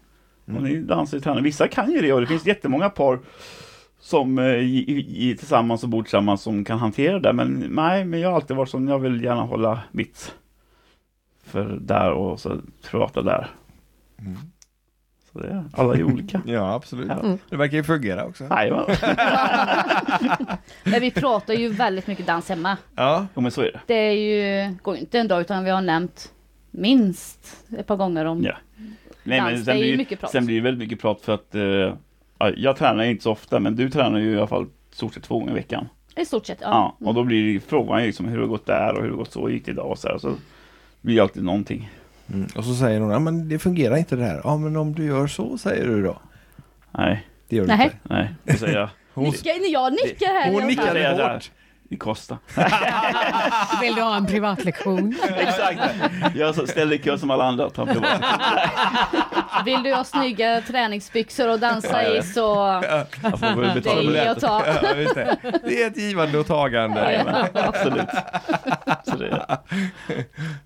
Mm.
Och ni dansar och tränar, vissa kan ju det och det finns jättemånga par som eh, i, i, tillsammans och bor tillsammans som kan hantera det men nej, men jag har alltid varit som, jag vill gärna hålla mitt för där och så privata där.
Mm.
Så det, alla är olika.
ja, absolut.
Ja.
Det verkar ju fungera också.
Jajamän.
men vi pratar ju väldigt mycket dans hemma.
Ja.
Jo men så är det.
Det är ju, går ju inte en dag utan vi har nämnt minst ett par gånger om
Ja. Nej,
dans.
men
det
sen
är
blir,
ju
ju-
mycket prat.
sen blir det väldigt mycket prat för att eh, ja, jag tränar ju inte så ofta men du tränar ju i alla fall i stort sett två gånger i veckan.
I stort sett, ja. Mm.
Ja. och då blir det ju frågan ju liksom hur det har gått där och hur det har gått så, gick det idag och så här. Så blir det alltid någonting.
Mm. Och så säger hon, ja men det fungerar inte det här. Ja men om du gör så säger du då.
Nej,
Det gör
Nej.
du inte.
nej, det säger jag.
Hon,
Nickar, nej, jag nickar här. i alla
hon
fall.
nickar.
nickade
Ja, det är
hårt.
Det kostar.
Vill du ha en privatlektion?
Exakt. Jag så- ställer kö som alla andra. Tar privat.
Vill du ha snygga träningsbyxor och
Ja,
dansa
jag
i
vet.
så
Jag får väl
det är
betala för
ju
det.
att ta.
Ja, just det. det är ett givande och tagande.
Jajamän, absolut. Så det,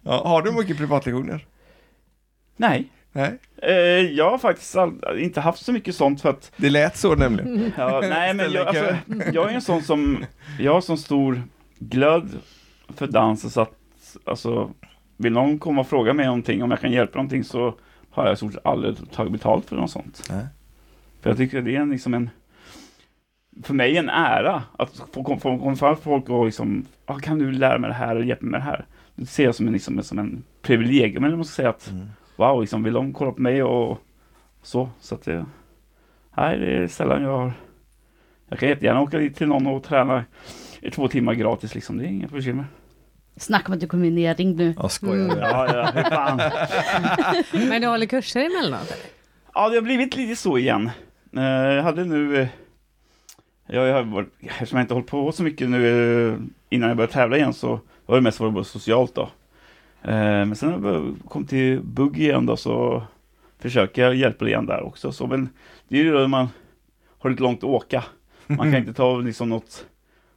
Ja, har du mycket privatlektioner?
nej,
Nej.
eh, jag har faktiskt all, inte haft så mycket sånt för att
Det lät så nämligen.
Ja, nej, men jag, alltså, jag är en sån som, jag har sån stor glöd för dans så att, alltså, vill någon komma och fråga mig någonting, om jag kan hjälpa någonting så har jag i stort sett aldrig tagit betalt för något sånt.
Nej.
För jag tycker det är en, liksom en, för mig en ära att få kom- få- komma fram till folk och liksom, ah, kan du lära mig det här eller hjälpa mig med det här? Det ser jag som en, liksom, som en privilegium, eller man ska säga att,
Mm.
wow, liksom, vill de kolla på mig och så, så att det, nej, det är sällan jag har jag kan jättegärna åka dit till någon och träna i två timmar gratis liksom, det är inget bekymmer.
Snacka om att du kommer ner, ring nu.
Jag skojar.
Mm.
Ja, ja, hur fan.
Men du håller kurser emellanåt? eller?
ja, det har blivit lite så igen. Eh, Jag hade nu, eh, jag har varit, eftersom jag inte har hållit på så mycket nu eh, innan jag började tävla igen så har det mest varit bara socialt då. Eh, Men sen när jag började- kom till bugg igen då så försöker jag hjälpa igen där också. Så, men det är ju då man har lite långt att åka. Man kan inte ta liksom något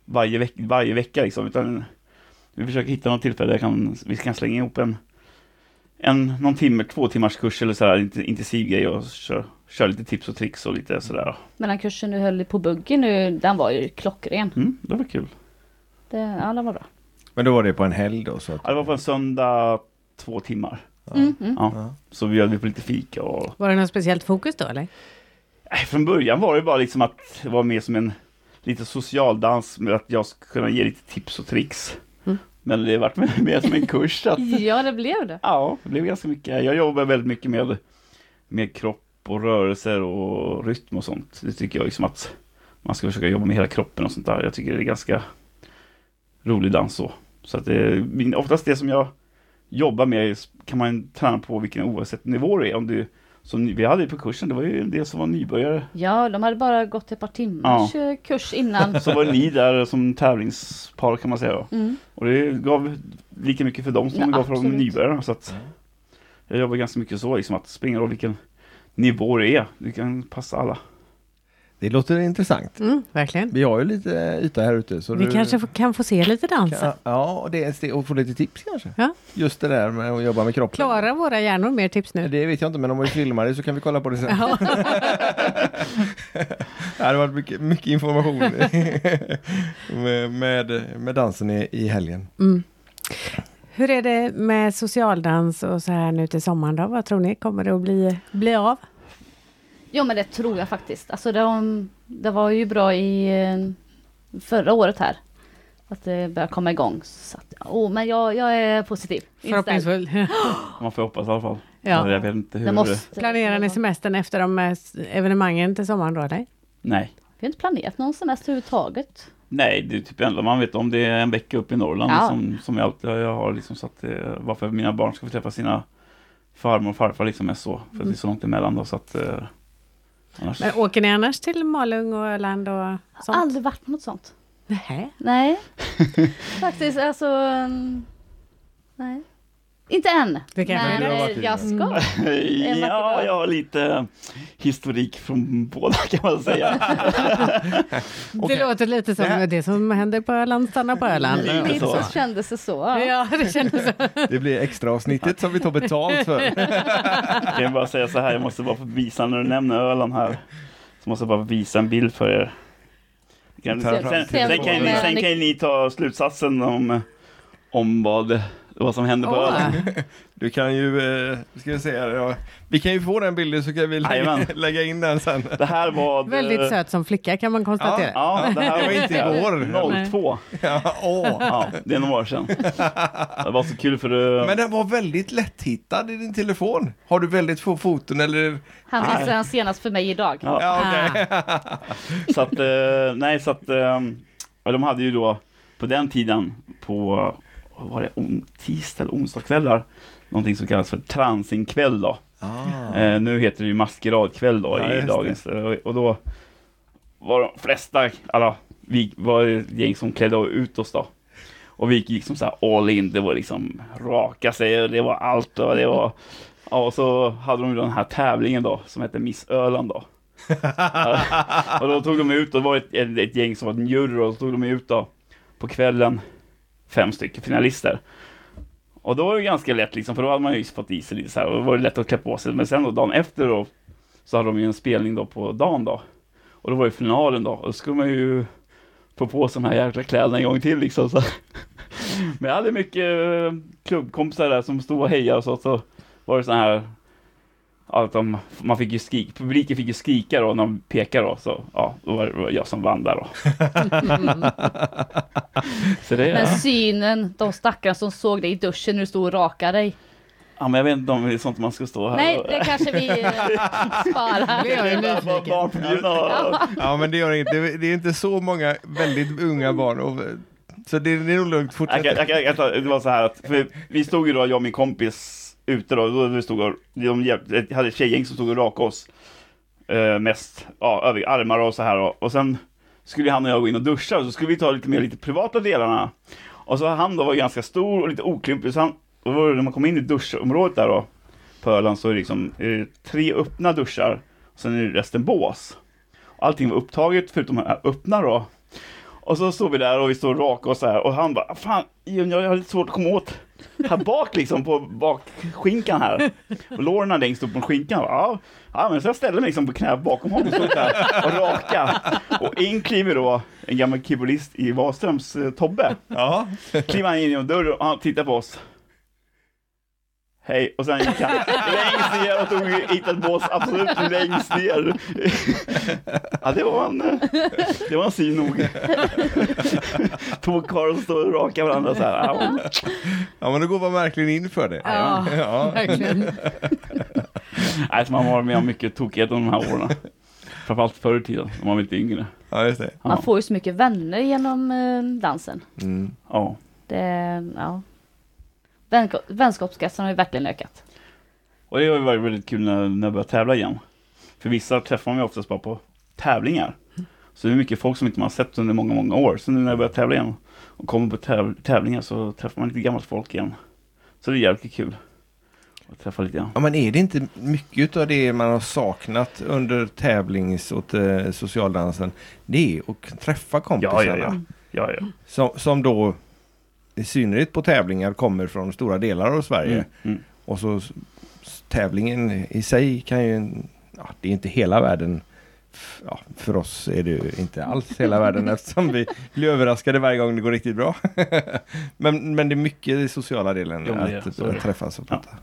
varje, veck, varje vecka liksom, utan Vi försöker hitta något tillfälle där jag kan, vi kan slänga ihop en, en någon timme, två timmars kurs eller sådär, int- intensiv grej och köra kör lite tips och tricks och lite sådär.
Men den kursen du höll på buggen nu, den var ju klockren.
Mm, det var kul.
Det, ja, den var bra.
Men då var det på en helg då? Så att,
Ja, det var på en söndag, två timmar.
Mm, mm.
Ja.
Ja. Så vi bjöd på lite fika och
Var det något speciellt fokus då eller?
Nej, från början var det bara liksom att det var mer som en lite social dans med att jag skulle kunna ge lite tips och tricks.
Mm.
Men det vart mer mer som en kurs. så Att,
Ja, det blev det.
ja, det blev ganska mycket. Jag jobbar väldigt mycket med, med kropp och rörelser och rytm och sånt. Det tycker jag liksom att man ska försöka jobba med hela kroppen och sånt där. Jag tycker det är ganska rolig dans så. Så att det, min- oftast det som jag jobbar med kan man träna på vilken oavsett nivå det är. Om du, som vi hade på kursen, det var ju en del som var nybörjare
Ja, de hade bara gått ett par timmars eh, kurs innan.
Så var ni där som tävlingspar kan man säga då.
Mm.
Och det gav lika mycket för dem som
Ja,
det gav för de
absolut.
nybörjarna. Så att jag jobbar ganska mycket så, liksom, att det spelar ingen roll vilken nivå det är. Du kan passa alla.
det låter intressant.
Mm, verkligen.
Vi har ju lite yta här ute. Så
Vi
du,
kanske får- kan få se lite dans.
kan, Ja, och, det är, ste- och få lite tips kanske.
Ja.
Just det där med att jobba med kroppen.
Klarar våra hjärnor mer tips nu?
Det vet jag inte, men om vi filmar det så kan vi kolla på det sen.
Ja.
Det hade varit mycket, mycket information med, med, med dansen i, i helgen.
Mm. Hur är det med socialdans och så här nu till sommaren då? Vad tror ni? Kommer det att bli, bli av?
Jo men det tror jag faktiskt. Alltså de, det var ju bra i eh, förra året här. Att det börjar komma igång. Så att, åh, men jag, jag är positiv. inställd.
Förhoppningsfullt.
Man får hoppas i alla fall. Eller
Ja.
Jag vet inte hur...
Det måste,
Planerar ni
Vi
semestern efter de eh, s- evenemangen till sommaren då? Eller?
Nej.
har inte planerat någon semester överhuvudtaget.
Nej, det är typ det enda man vet om det är en vecka upp i Norrland
Ja.
som, som jag alltid jag har liksom så att det, varför mina barn ska få träffa sina farmor och farfar liksom är så. För att det är så långt emellan då så att eh, annars...
Men åker ni annars till Malung och Öland och
Har
sånt?
aldrig varit på något sånt.
Nej.
Nej. faktiskt alltså. mm, Nej. Inte än.
Det kanske
Nej,
du har varit i
men jag
innan.
Mm.
ska. Martin
Ja,
då?
jag har lite historik från båda kan man säga.
Det låter lite som
Det här-
det som händer på Öland stannar på Öland.
Lite
Lite
så.
så.
Det kändes det så. Ja.
Ja, det kändes så.
Det blir extra avsnittet som vi tar betalt för.
Jag kan bara säga så här, jag måste bara få visa, när du nämner Öland här, så måste jag bara visa en bild för er. Kan,
Ta
sen,
fram
sen, sen, kan ni, sen kan ni ta slutsatsen om, om vad, vad som händer på
Åh.
Öland.
Du kan ju, eh, ska vi säga, ja, vi kan ju få den bilden så kan vi lägga,
Jajamän.
lägga in den sen.
Det här var...
Väldigt söt som flicka kan man konstatera.
Ja, det här
Det var inte igår.
02.
Ja, åh.
Ja, det är några år sedan. Det var så kul för det...
Men den var väldigt lätthittad i din telefon. Har du väldigt få foton eller?
Han visade den senast för mig idag.
Ja.
Ja, okej.
Ah,
Så att, eh, nej så att, eh, ja, de hade ju då på den tiden på, vad var det on, tisdag eller onsdagskvällar, någonting som kallas för transingkväll då.
Ah.
Eh, nu heter det ju maskeradkväll då
Ja,
i
just
dagens, eh, och då var de flesta, alla, vi var ett gäng som klädde ut oss då. Och vi gick liksom så här all in, det var liksom raka sig och det var allt och det var Ja, och så hade de ju den här tävlingen då som hette Miss Öland då. Ja, och då tog de ut, och det var ett, ett, ett gäng som var en jury och så tog de ut då på kvällen fem stycken finalister. Och då var det ganska lätt liksom, för då hade man ju fått i sig lite så här och då var det lätt att klä på sig. Men sen då dagen efter då så hade de ju en spelning då på dagen då. Och då var det finalen då och då skulle man ju få på sig de här jäkla kläderna en gång till liksom. Så. Men jag hade mycket eh, klubbkompisar där som stod och hejade och så, så var det så här att de, man fick ju skrik, publiken fick ju skrika då när de pekade då, så ja, då var det var jag som vann där då. så det,
Men synen, de stackarna som såg dig i duschen när du stod och rakade dig.
ja, men jag vet inte om det är sånt man ska stå här
Nej,
och...
det kanske vi eh, sparar.
Det är jag ju nyfiken.
Barnförbjudna.
Ja, men det gör inget. Det, det är inte så många väldigt unga barn. Och, så det, det är nog lugnt.
Jag kan-
Fortsätt.
jag kan- jag kan- Det var så här att, för vi stod ju då, jag och min kompis, ute då, då vi stod och, de hjälpte, hade ett tjejgäng som stod och rakade oss. Eh, mest, ja, övriga armar och så här då. Och sen skulle han och jag gå in och duscha, och så skulle vi ta lite mer lite privata delarna. Och så han då var ganska stor och lite oklumpig, så han, och då var det när man kom in i duschområdet där då, på Öland, så är det liksom eh, tre öppna duschar, och sen är det resten bås. Och allting var upptaget förutom de här öppna då. Och så står vi där och vi står raka och så här och han bara Fan, Junior, jag har lite svårt att komma åt här bak liksom på bakskinkan här. Och låren hade hängt upp på skinkan. Ja, ja, men så jag ställde mig liksom på knä bakom honom och stod där och raka. Och in kliver då en gammal keyboardist i Wahlströms, eh, Tobbe.
Ja.
Kliver han in genom dörren och han tittar på oss. Hej, och sen gick han längst ner och tog hittat på oss absolut längst ner. Ja, det var en, eh, det var en syn nog. Två karlar som står och rakar varandra så här. Ja,
ja, men då går man verkligen in för det.
Ja,
ja.
verkligen.
Nej, så man var med om mycket tokighet under de här åren. Framförallt förr i tiden, när man var lite yngre.
ja just det.
Ja.
Man får ju så mycket vänner genom eh, dansen.
Mm.
Ja.
Det, ja. Vänko- Vänskapskretsen har ju verkligen ökat.
Och det har ju varit väldigt kul när, när jag började tävla igen. För vissa träffar man ju oftast bara på tävlingar. Så det är mycket folk som inte man har sett under många, många år. Så nu när jag börjar tävla igen och kommer på täv- tävlingar så träffar man lite gammalt folk igen. Så det är jävligt kul att träffa lite grann.
Ja, men är det inte mycket av det man har saknat under tävlings och eh, socialdansen? Det är att träffa kompisarna.
Ja, ja, ja. ja, ja.
Som, som då i synnerhet på tävlingar kommer från stora delar av Sverige.
Mm, mm.
Och så s- s- tävlingen i sig kan ju, ja, det är inte hela världen. F- Ja, för oss är det ju inte alls hela världen eftersom vi blir överraskade varje gång det går riktigt bra. men, men det är mycket i sociala delen
Jo, men det är-
att,
så är det.
att träffas och
Ja.
prata.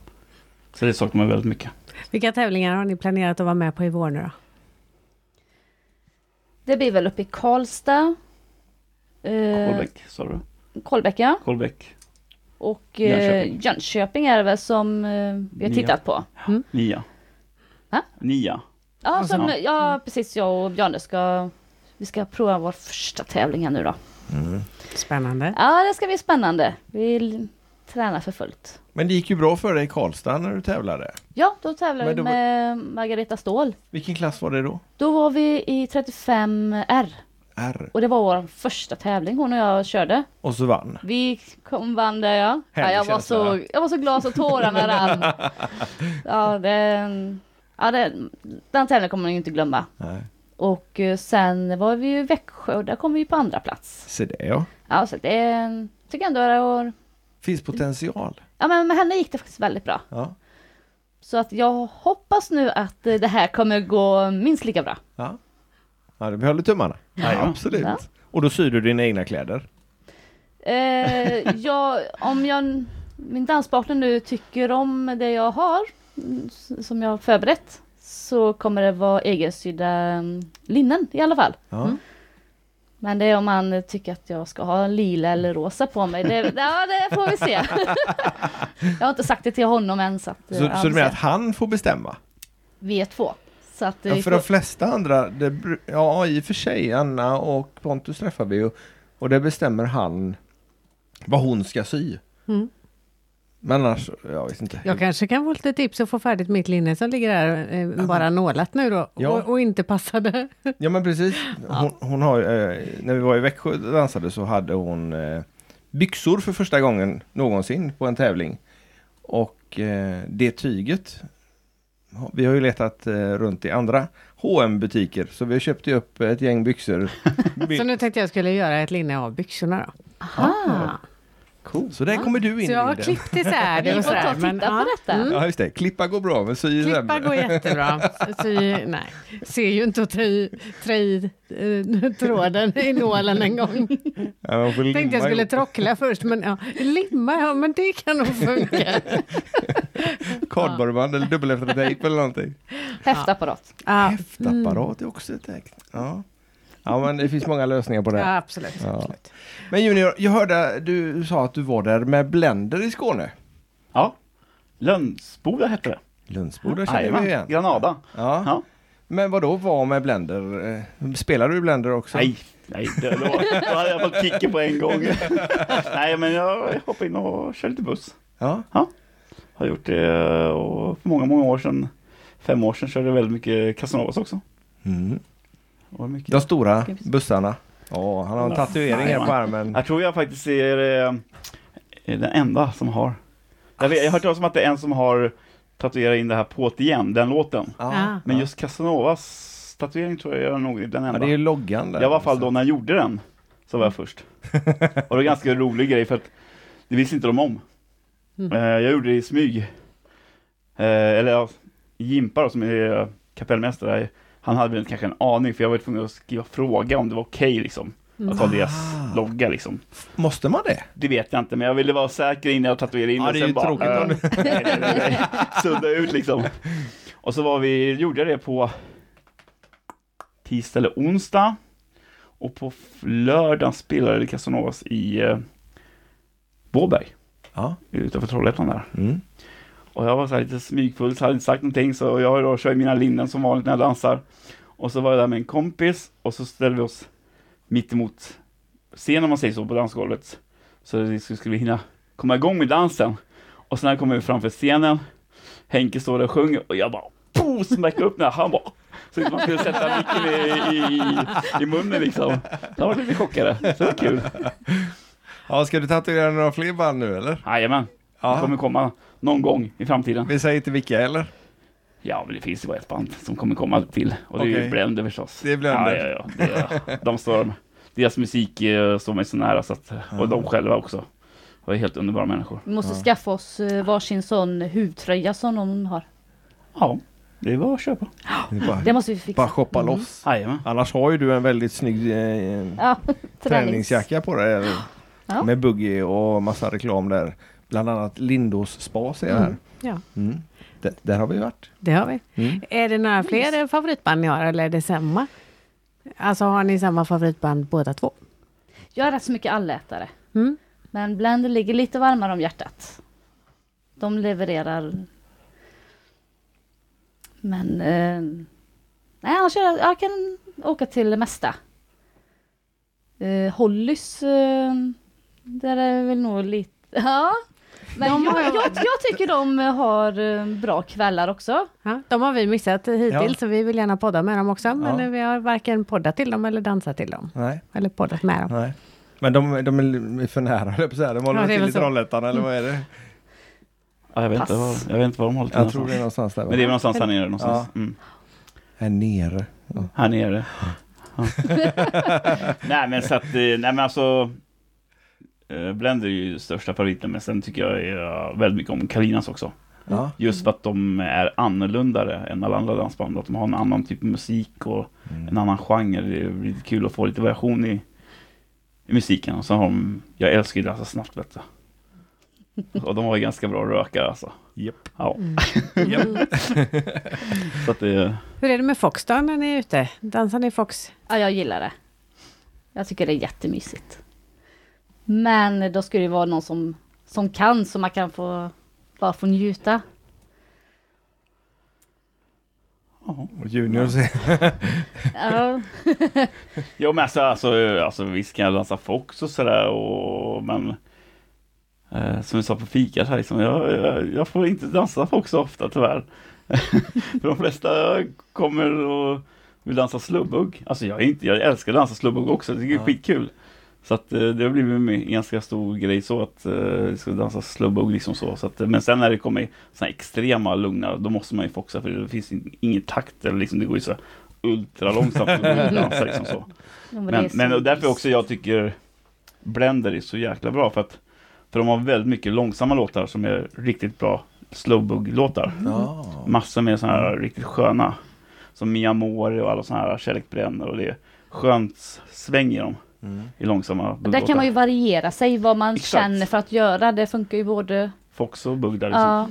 Så det saknar man väldigt mycket.
Vilka tävlingar har ni planerat att vara med på i vår nu då?
Det blir väl uppe i Karlstad. Eh,
Kolbäck, sa du?
Kolbäck ja.
Kolbäck,
Och eh,
Jönköping.
Jönköping är det väl som eh, vi
Nya.
har tittat på.
Nia.
Va?
Nia.
Ja,
Alltså,
som,
ja.
ja precis. Jag och Bjarne ska... Vi ska prova vår första tävling här nu då.
Spännande.
Ja, det ska bli spännande. Vi l- tränar för fullt.
Men det gick ju bra för dig i Karlstad när du tävlade.
Ja, då tävlar
Men
vi
då-
med Margareta Ståhl.
Vilken klass var det då?
Då var vi i 35R
R.
och det var vår första tävling hon och jag körde.
Och så vann.
Vi kom vann där ja. ja jag, var
känsla,
så,
va?
jag var så glad så tårarna rann. Ja, den, ja den, den tävlingen kommer man ju inte glömma.
Nej.
Och eh, sen var vi ju i Växjö och där kom vi ju på andra plats.
Se det ja.
Ja, så det är- tycker ändå det var...
Finns potential.
Ja, men med henne gick det faktiskt väldigt bra.
Ja.
Så att jag hoppas nu att eh, det här kommer gå minst lika bra.
Ja, ja det behåller tummarna.
Jajamän.
absolut.
Ja.
Och då syr du dina egna kläder.
Eh, jag, om jag, min danspartner nu tycker om det jag har, mm, s- som jag har förberett, så kommer det vara egensydda mm, linnen i alla fall.
Ja.
Men det är om man tycker att jag ska ha lila eller rosa på mig. Det, ja, det får vi se. jag har inte sagt det till honom än. Så, att, eh,
Så,
ja,
så
vi
du menar
ser.
att han får bestämma?
Vi är två. Så att, eh,
Ja,
vi
för
får-
de flesta andra, det, bru- ja i och för sig, Anna och Pontus träffar vi ju. Och det bestämmer han vad hon ska sy.
Mm.
Men annars, jag vet inte.
Jag kanske kan få lite tips och få färdigt mitt linne som ligger där eh, bara nålat nu då
Ja.
och, och inte passade.
Ja men precis. Hon, hon har, ju, eh, när vi var i Växjö och dansade så hade hon eh, byxor för första gången någonsin på en tävling. Och eh, det tyget, ja, vi har ju letat eh, runt i andra hm butiker så vi köpte ju upp ett gäng byxor.
Så nu tänkte jag skulle göra ett linne av byxorna då.
Aha.
Så där kommer du in
Så jag
i
har
bilden.
klippt isär
Vi
det
får
och sådär.
ta och titta
men,
på
ja. Mm.
detta.
Ja just det, klippa går bra men sy är
Klippa
sämre.
går jättebra. Sy, nej, ser ju inte att trä i, trä i eh, tråden i nålen en gång.
Ja, man
Tänkte
får limma
jag skulle
ihop.
trockla först, men ja, limma, ja men det kan nog funka.
Kardborreband eller dubbelhäftartejp eller någonting.
Häftapparat.
Ja,
Häftapparat är också ett ägt. Ja. ja men det finns många lösningar på det.
ja absolut.
Ja.
absolut.
Men Junior, jag hörde du sa att du var där med Blender i Skåne.
Ja. Lönsboda hette det.
Lundsboda känner vi
Jajamän.
igen.
Granada.
Ja.
Ja.
Men vad då var med Blender? Eh, Spelar du i Blender också?
Nej, nej, det det var, då hade jag fått kicken på en gång. nej, men jag hoppade in och körde lite buss.
Ja.
Har gjort det och för många, många år sedan, fem år sedan, körde jag väldigt mycket Casanovas också.
Mm.
Det var mycket.
De stora bussarna. Ja, han har en tatuering här på armen.
Jag tror jag faktiskt är eh, är den enda som har. Jag, vet, jag har hört talas om att det är en som har tatuerat in det här på't igen, den låten.
Ja.
Men just Casanovas tatuering tror jag är nog den
Ja,
enda.
det är ju loggan där. liksom.
jag var i alla fall då när jag gjorde den. Så var jag först. Och det var en ganska rolig grej för att det visste inte de om.
Mm.
Eh, Jag gjorde det i smyg. Eh, Eller ja, Jimpa då, som är eh, kapellmästare, här, han hade väl kanske en aning för jag var tvungen att skriva fråga om det var okej liksom. Att ha deras
Ah.
logga liksom.
Måste man det?
Det vet jag inte, men jag ville vara säker innan jag tatuerade in
Ja, det är
sen
ju tråkigt om
"Äh, nej, nej, nej, nej." Sudda ut liksom. Och så var vi, gjorde jag det på tisdag eller onsdag. Och på f- lördagen spelade Casanovas i eh, Vårberg,
Ja.
utanför Trollhättan där.
Mm.
Och jag var så här lite smygfull så hade jag inte sagt någonting så jag då kör ju mina linnen som vanligt när jag dansar. Och så var jag där med en kompis och så ställde vi oss mitt emot scenen om man säger så på dansgolvet. Så vi skulle skulle hinna komma igång med dansen. Och sen när jag kom ut framför scenen, Henke står där och sjunger och jag bara boom, smäcker upp när han bara så att man skulle sätta micken i, i, i munnen liksom. Så han var lite chockade, så det var kul.
ja, ska du tatuera några fler band nu eller?
Jajamän, det kommer komma någon gång i framtiden.
Vi säger inte vilka heller.
Ja, men det finns ju bara ett band som kommer komma till. Och det är
Okej.
ju Blender förstås.
Det är Blender.
Ja, ja, ja. Det, de står, deras musik eh, står mig så nära, så att, och de själva också. Och är helt underbara människor.
Vi måste skaffa oss eh, varsin sån huvtröja som de har.
Ja, det var att köpa.
Det är bara,
Det måste vi
bara
fixa.
shoppa loss.
Jajamän.
Annars har ju du en väldigt snygg eh,
Ja,
träningsjacka på dig. eller?
Ja.
Med buggy och massa reklam där. Bland annat Lindås spa ser jag här.
Ja,
Mm. D- där har vi varit.
det har vi.
Mm.
Är det några fler favoritband ni har eller är det samma? Alltså har ni samma favoritband båda två?
Jag är rätt så mycket allätare.
Mm.
Men Blender ligger lite varmare om hjärtat. De levererar. Men... Eh, nej, annars är jag, jag kan åka till det mesta. Eh, Hollys, eh, där är väl nog lite... Ja. Men jag, jag, jag tycker de har eh, bra kvällar också.
Ja, de har vi missat hittills,
Ja.
så vi vill gärna podda med dem också, men
Ja.
vi har varken poddat till dem eller dansat till dem.
Nej,
Eller poddat med dem.
nej. Men de, de är för nära, höll jag på att säga. De håller
Ja, det är
till
väl
i
så.
Trollhättan eller vad är det?
Ja, jag, vet inte vad,
Pass.
jag vet inte vad de håller till alltså.
Jag tror
någonstans.
det är någonstans där. va?
Men det är väl någonstans här nere. Någonstans. Mm.
Här nere. Ja.
Här nere. Ja. nej, men så att, eh, nej men alltså. eh, Blender är ju största favoriten, men sen tycker jag eh, väldigt mycket om Kalinas också.
Ja.
Just för att de är annorlunda än alla andra dansband. Att de har en annan typ av musik och en annan genre. Det är lite kul att få lite variation i, i musiken. Och så har de, jag älskar ju att dansa snabbt vet du. Och de var ju ganska bra rökare alltså.
Japp.
Ja,
Mm.
så att det,
Hur är det med Fox då när ni är ute? Dansar ni Fox?
Ja, jag gillar det. Jag tycker det är jättemysigt. Men då ska det ju vara någon som, som kan, så man kan få, bara få njuta.
ja.
Och Junior säger
Ja,
Jo men alltså, alltså, alltså visst kan jag dansa Fox och sådär och men eh, som vi sa på fikat här liksom, jag, jag, jag får inte dansa Fox så ofta tyvärr. För de flesta kommer och vill dansa slubbugg. Alltså jag, är inte, jag älskar att dansa slubbugg också, jag tycker det är
Ja.
skitkul. Så att eh, det har blivit en ganska stor grej så att eh, jag ska dansa slubbugg liksom så. så att, eh, men sen när det kommer sådana extrema lugna, då måste man ju foxa för det finns in- ingen takt eller liksom, det går ju så här ultralångsamt att dansa liksom så.
men, det
Men,
är så
men och därför
mysigt.
också jag tycker Blender är så jäkla bra för att För de har väldigt mycket långsamma låtar som är riktigt bra Slowbug-låtar
ja.
Massor med sådana här riktigt sköna Som Mia Amore och alla sådana här Kärlek bränner och det är skönt sväng i dem
Mm.
I långsamma
Och Där kan man ju variera sig vad man
Exakt.
känner för att göra. Det funkar ju både...
Fox och bugg där liksom.
Ja,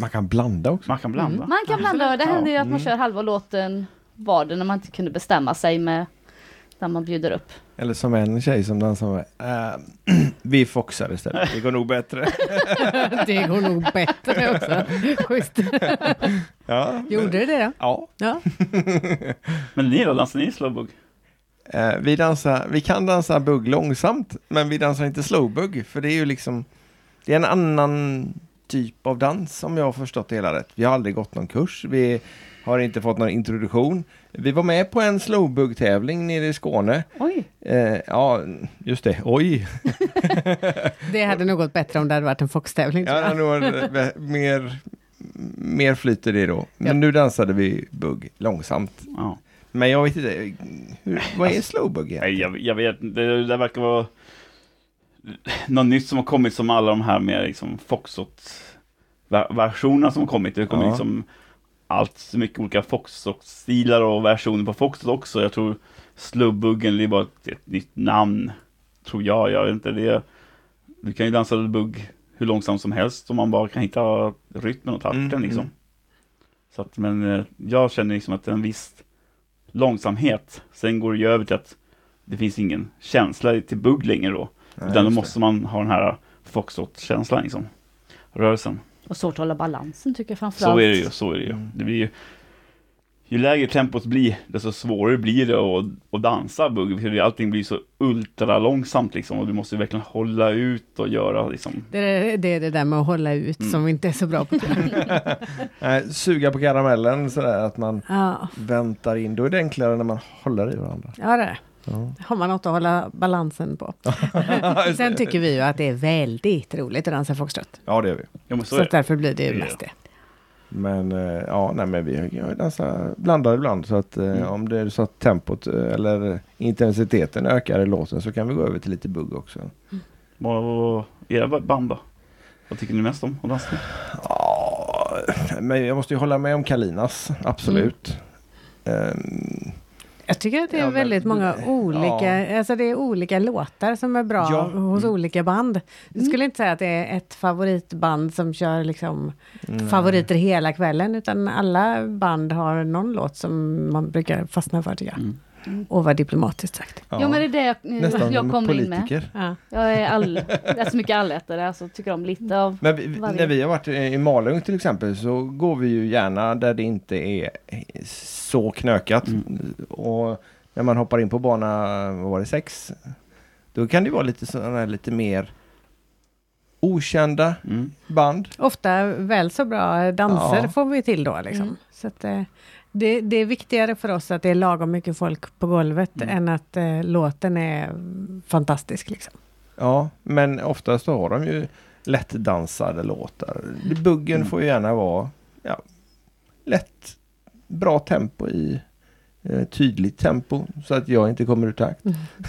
Man kan blanda också.
Man kan blanda
Mm.
man kan blanda. Det
Ja.
händer ju att man
Mm.
kör halva låten var det när man inte kunde bestämma sig med när man bjuder upp.
Eller som en tjej som dansar med. Uh, vi foxar istället. Det går nog bättre.
Det går nog bättre också. Schysst.
ja.
Gjorde det det då?
Ja.
Ja.
Men ni då, dansar ni slowbug?
Eh, vi, dansar, vi kan dansa bugg långsamt, men vi dansar inte slowbugg, för det är ju liksom Det är en annan typ av dans om jag har förstått det hela rätt. Vi har aldrig gått någon kurs, vi har inte fått någon introduktion. Vi var med på en slowbugg-tävling nere i Skåne.
Oj!
Eh, ja, just det. Oj!
Det hade nog gått bättre om det hade varit en Fox-tävling. tror
Ja, det
jag.
hade nog varit vä- eh, mer, mer flyt i det då. Men
Ja.
nu dansade vi bugg långsamt.
Ja.
Men jag vet inte, hur, vad är slowbug egentligen?
Nej, jag, jag vet det, det verkar vara något nytt som har kommit som alla de här med liksom Foxtrot-versionerna som har kommit. Det har kommit
Ja.
liksom allt så mycket olika Foxtrot-stilar och versioner på Foxtrot också. Jag tror Slowbuggen det är bara ett, ett nytt namn. Tror jag, jag vet inte. Det, du kan ju dansa bugg hur långsamt som helst om man bara kan hitta rytmen och takten
Mm,
liksom.
mm.
Så att, men eh, jag känner liksom att en viss långsamhet, sen går det ju över till att det finns ingen känsla till bugg längre då.
Nej,
Utan då
just
måste man ha den här foxtrot-känslan liksom. Rörelsen.
Och svårt att hålla balansen tycker jag framförallt.
Så är det ju, så är det ju.
Mm.
Det blir ju ju lägre tempot blir, desto svårare blir det att, att dansa bugg. För allting blir så ultra långsamt liksom. Och du måste ju verkligen hålla ut och göra liksom.
Det är det, är det där med att hålla ut
Mm.
som vi inte är så bra på.
det. Nej, suga på karamellen sådär att man
ja.
väntar in. Då är det enklare när man håller i varandra.
ja, det är det.
Ja.
har man något att hålla balansen på.
Alltså.
Sen tycker vi ju att det är väldigt roligt att dansa foxtrot.
Ja, det gör vi.
Ja, men så
Så,
är
att
det.
därför blir det ju
Ja.
mest det.
Men eh, ja, nej, men vi har- jag dansar blandar ibland så att eh,
Mm.
om det är så att tempot eh, eller intensiteten ökar i låten så kan vi gå över till lite bugg också.
Vad vad- era band då? Vad tycker ni mest om att dansa?
Ja, men jag måste ju hålla med om Kalinas, absolut.
Mm.
Ehm,
Jag tycker att det är
Ja, men-
väldigt många olika, alltså det är olika låtar som är bra
Ja.
hos olika band. Jag skulle inte säga att det är ett favoritband som kör liksom favoriter hela kvällen, utan alla band har någon låt som man brukar fastna för tycker jag.
Mm.
Och vad diplomatiskt sagt.
ja,
Jo men det är det jag,
Nästan
jag
en
kommer in med.
politiker.
Ja.
Jag är all, rätt så mycket allätare, alltså tycker om lite av...
Men vi, vi-
Varje.
när vi har varit i Malung till exempel så går vi ju gärna där det inte är så knökat. Och när man hoppar in på bana, vad var det, sex? Då kan det vara lite sådana här lite mer okända
Mm.
band.
Ofta väl så bra danser
Ja.
får vi till då. Liksom. Så att, eh, det, det är viktigare för oss att det är lagom mycket folk på golvet
Mm.
än att eh, låten är fantastisk. Liksom.
Ja, men oftast har de ju lättdansade låtar. Buggen får ju gärna vara ja, lätt, bra tempo i eh, tydligt tempo så att jag inte kommer ur takt.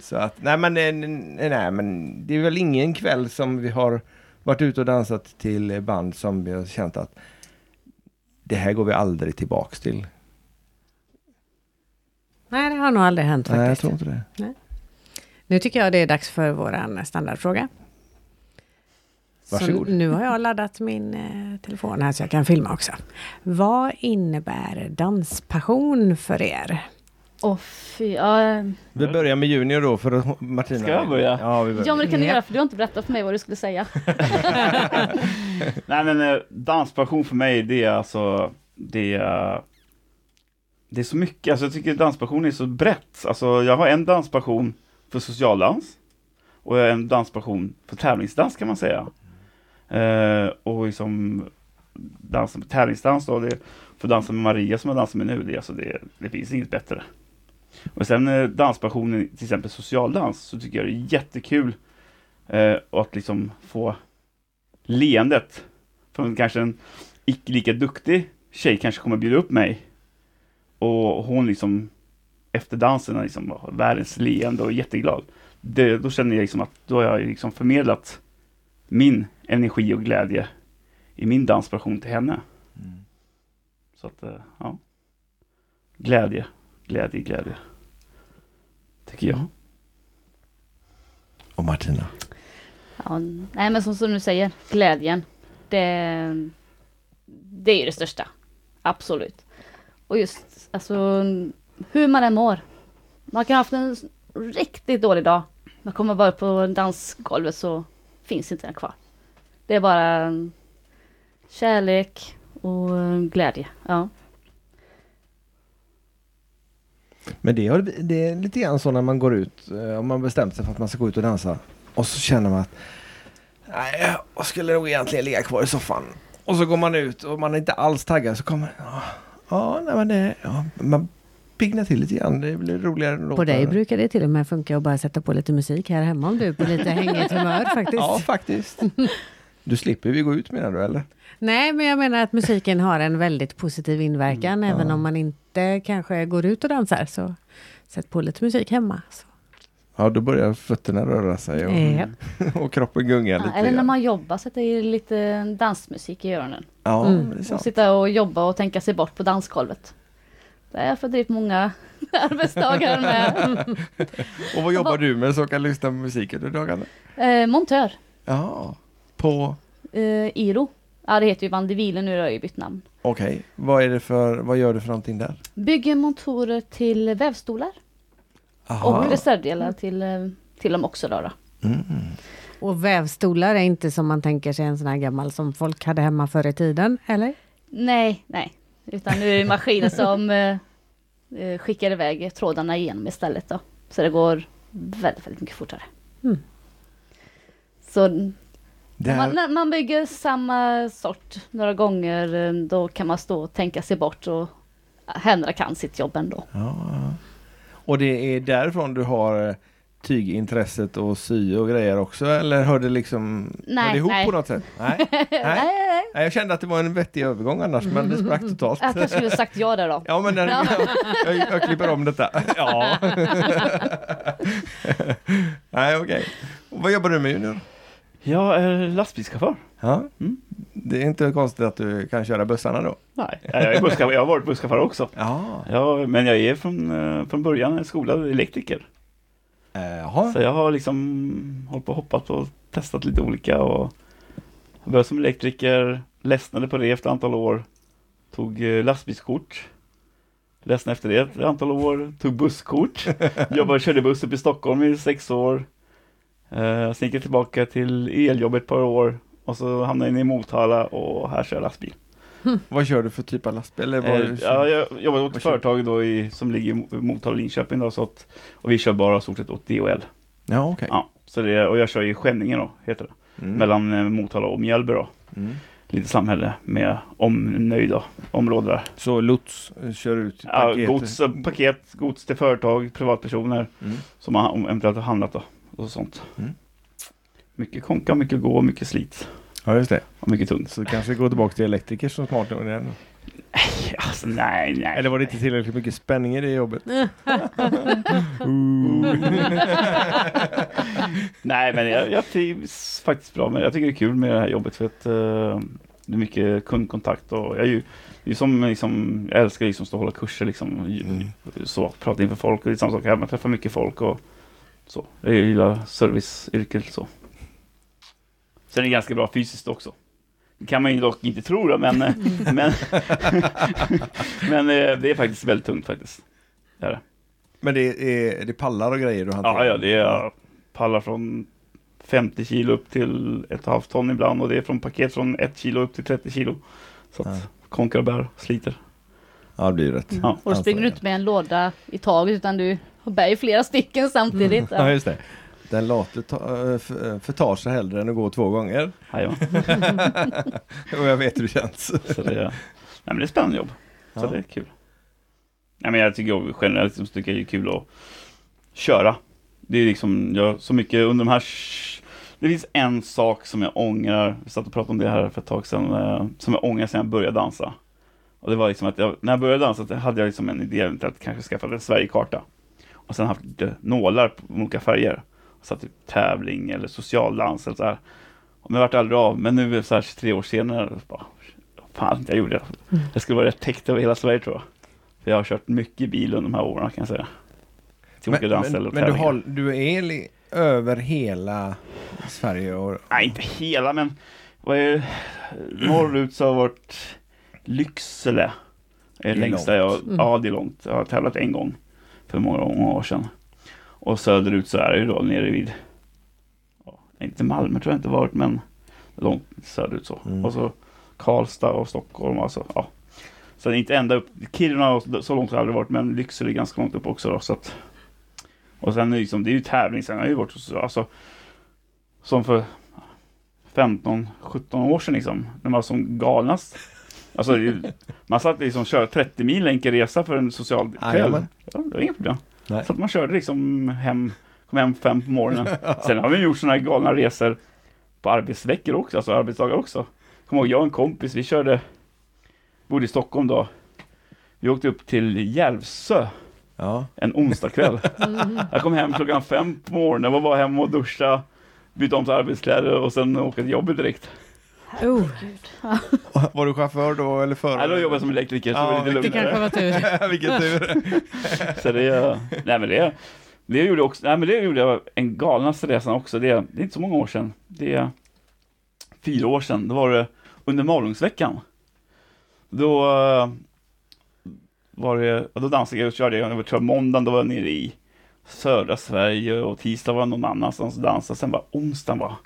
så att, nej men, eh, nej, nej men det är väl ingen kväll som vi har varit ute och dansat till band som vi har känt att det här går vi aldrig tillbaks till.
Nej, det har nog aldrig hänt
Nej, jag
faktiskt.
tror inte det.
nu tycker jag det är dags för vår standardfråga.
Varsågod.
Så nu har jag laddat min eh, telefon här så jag kan filma också. Vad innebär danspassion för er?
Åh fy, ja, eh,
Vi börjar med Junior då för att Martina...
Ska jag börja?
Ja, vi börjar.
ja men det kan du
Ja.
göra för du har inte berättat för mig vad du skulle säga.
Nej men eh, danspassion för mig det är alltså det är, det är så mycket, alltså jag tycker danspassion är så brett. Alltså jag har en danspassion för socialdans och jag har en danspassion för tävlingsdans kan man säga. Eh, och liksom dansen på tävlingsdans då, det, för dansen med Maria som jag dansar med nu, det, är alltså det, det finns inget bättre. Och sen eh, danspassionen, till exempel socialdans, så tycker jag det är jättekul eh, och att liksom få leendet från kanske en icke lika duktig tjej kanske kommer bjuda upp mig. Och hon liksom efter dansen är liksom har världens leende och är jätteglad. Det, då känner jag liksom att då har jag liksom förmedlat min energi och glädje i min danspassion till henne. Mm. Så att, eh, ja. Glädje, glädje, glädje. Tycker jag.
Och Martina.
Ja, nej men som, som du säger, glädjen. Det, det är ju det största. Absolut. Och just alltså hur man än mår. Man kan ha haft en riktigt dålig dag. Man kommer bara upp på dansgolvet så finns inte den kvar. Det är bara mm, kärlek och mm, glädje. Ja.
Men det, har- det är lite grann så när man går ut, eh, om man bestämt sig för att man ska gå ut och dansa. Och så känner man att nej, jag skulle nog egentligen ligga kvar i soffan. Och så går man ut och man är inte alls taggad så kommer ja, ja, nej, men det, ja, man piggnar till lite grann. Det blir roligare låtar.
På dig brukar det till och med funka att bara sätta på lite musik här hemma om du är på lite hängigt humör faktiskt.
Ja, faktiskt. Du slipper vi gå ut menar du eller?
Nej, men jag menar att musiken har en väldigt positiv inverkan,
Mm.
även om man inte kanske går ut och dansar. Så sätt på lite musik hemma. Så. Eh.
Ja, då börjar fötterna röra sig och,
Ja.
och kroppen gunga
Ja,
lite.
eller när
grann.
man jobbar sätter i lite dansmusik i öronen.
Ja,
Mm.
det är
Och
sant.
sitta och jobba och tänka sig bort på dansgolvet. Det har jag fördrivit många arbetsdagar med.
Och vad jobbar du med som kan lyssna på musik under dagarna?
Eh, montör,
Ja, på...
eh, Iro. Ja, det heter ju Van de Wielen nu, har jag ju bytt namn.
Okej, vad är det för, vad gör du för någonting där?
Bygger montorer till vävstolar
Aha.
och reservdelar till, eh, till dem också. Då, då.
Mm,
Och vävstolar är inte som man tänker sig en sån här gammal som folk hade hemma förr i tiden, eller?
Nej, nej. Utan nu är det maskiner som eh, eh, skickar iväg trådarna igenom istället då. Så det går väldigt, väldigt mycket fortare.
Mm.
Så
Där-
man, när man bygger samma sort några gånger, eh, då kan man stå och tänka sig bort och händerna kan sitt jobb ändå.
Ja, ja. Och det är därifrån du har eh, tygintresset och sy och grejer också eller hör det liksom
Nej,
hör det ihop
nej.
på något sätt? Nej. nej.
Nej, nej,
Nej, Jag kände att det var en vettig övergång annars men det sprack totalt.
Jag kanske skulle sagt Mm. ja där då.
Ja men den, jag, jag, jag klipper om detta. Ja. Nej okej. Och Vad jobbar du med nu?
Jag är lastbilschaufför.
Ja.
Mm.
Det är inte konstigt att du kan köra bussarna då?
Nej, jag, är busschaufför. jag har varit busschaufför också.
Ja.
Ja, men jag är från, eh, från början skolad elektriker.
Jaha.
Så jag har liksom hållit på och hoppat och testat lite olika och jag började som elektriker, ledsnade på det efter ett antal år, tog eh, lastbilskort, ledsnade efter det ett antal år, tog busskort, jobbade körde buss upp i Stockholm i sex år, eh, sen gick jag tillbaka till eljobb ett par år och så hamnade jag inne i Motala och här kör jag lastbil.
Vad kör du för typ av lastbil? Eller vad
Eh, ja, jag jobbar åt
vad
ett
kör-
företag då i, som ligger i Mo- Motala och Linköping då, så att, och vi kör bara i stort sett åt DHL.
ja okej.
Ja, så det, och jag kör i Skänninge då, heter det.
Mm.
mellan eh, Motala och Mjällby då.
Mm.
Lite samhälle med omnöjd då, område där.
Så lots eh, kör ut
Ja,
paket?
gods, eh, paket, gods till företag, privatpersoner
Mm.
som har om- eventuellt har handlat då och sånt.
Mm.
Mycket konka, mycket gå, mycket slit
Ja just det.
och mycket tungt.
Så du kanske går tillbaka till elektriker som smart nog igen.
Alltså nej, nej.
Eller var det inte tillräckligt mycket spänning i det jobbet?
Nej, men jag, jag trivs faktiskt bra med det. Jag tycker det är kul med det här jobbet för att eh, det är mycket kundkontakt och jag är ju det är som, liksom, jag älskar liksom att stå och hålla kurser liksom. och ju- Så, prata inför folk och det är samma sak här. Man träffar mycket folk och så. Jag gillar serviceyrket så. Sen är det ganska bra fysiskt också. Det kan man ju dock inte tro då, men, eh, men, men eh, det är faktiskt väldigt tungt faktiskt. Det är det.
Men det är, det är pallar och grejer du hanterar?
Ja, ja, det är pallar från 50 kilo upp till ett halvt ton ibland och det är från paket från 1 kilo upp till 30 kilo. Så att
Ja.
konkar och bär, sliter.
Ja, det blir rätt.
Ja.
Och då springer du inte med en låda i taget utan du bär ju flera stycken samtidigt.
Ja,
Mm.
Ja.
just det. Den late ta, eh, f- eh, förtar sig hellre än att gå två gånger.
Jajamän.
Och jag vet hur det känns.
Så det, är- nej, men det är ett spännande jobb. Så
Ja.
det är kul. Nej, men jag tycker jag generellt så tycker jag det är kul att köra. Det är liksom, jag, så mycket under de här... sh- Det finns en sak som jag ångrar, vi satt och pratade om det här för ett tag sedan, eh, som jag ångrar sedan jag började dansa. Och det var liksom att jag, när jag började dansa så hade jag liksom en idé om att kanske skaffa en Sverigekarta. Och sen haft lite nålar på olika färger. Och satt typ tävling eller socialdans eller så här. Och men jag vart aldrig av, men nu så här 23 år senare, bara, fan jag gjorde det. Jag skulle vara rätt täckt över hela Sverige tror jag. För jag har kört mycket bil under de här åren kan jag säga. Till olika dansställen
men,
och
men du,
tävlingar.
har, du är li, över hela Sverige och...
Nej, inte hela, men vad är, norrut så har jag varit Lycksele. Är
är
det längsta jag, ja det är långt. Jag har tävlat en gång för många, många år sedan. Och söderut så är det ju då nere vid, ja, inte Malmö tror jag inte varit, men långt söderut så.
Mm.
Och så Karlstad och Stockholm alltså, ja. Så det är inte ända upp, Kiruna och så långt har jag aldrig varit, men Lycksele är ganska långt upp också då, så att. Och sen är det liksom, det är ju tävling, sen har jag ju varit, så- alltså, som för 15, 17 år sedan liksom, när man var som galnast. Alltså, det är ju- man satt liksom och körde 30 mil enkel resa för en social kväll.
Jajamän.
Ja, det var inga problem.
Nej.
Så att man körde liksom hem, kom hem fem på morgonen. Sen har vi gjort sådana här galna resor på arbetsveckor också, alltså arbetsdagar också. Kommer ihåg, jag och en kompis, vi körde, bodde i Stockholm då. Vi åkte upp till Järvsö
Ja.
en onsdagkväll. Jag kom hem klockan fem på morgonen, var bara hemma och duscha, bytte om till arbetskläder och sen åka till jobbet direkt.
Oh,
Var du chaufför då eller förare?
Nej, då jobbade jag som elektriker, så det var
Ja,
lite
det kanske
lugnare.
var tur.
Vilken tur.
Så det, eh, nej men det, det gjorde jag också, nej men det gjorde jag en galnaste resan också. Det, det är inte så många år sedan. Det är fyra år sedan. Då var det under Malungsveckan. Då eh, var det, ja, då dansade jag och körde, jag var- tror jag måndagen då var jag nere i södra Sverige och tisdag var jag någon annanstans och dansade. Sen bara onsdagen bara,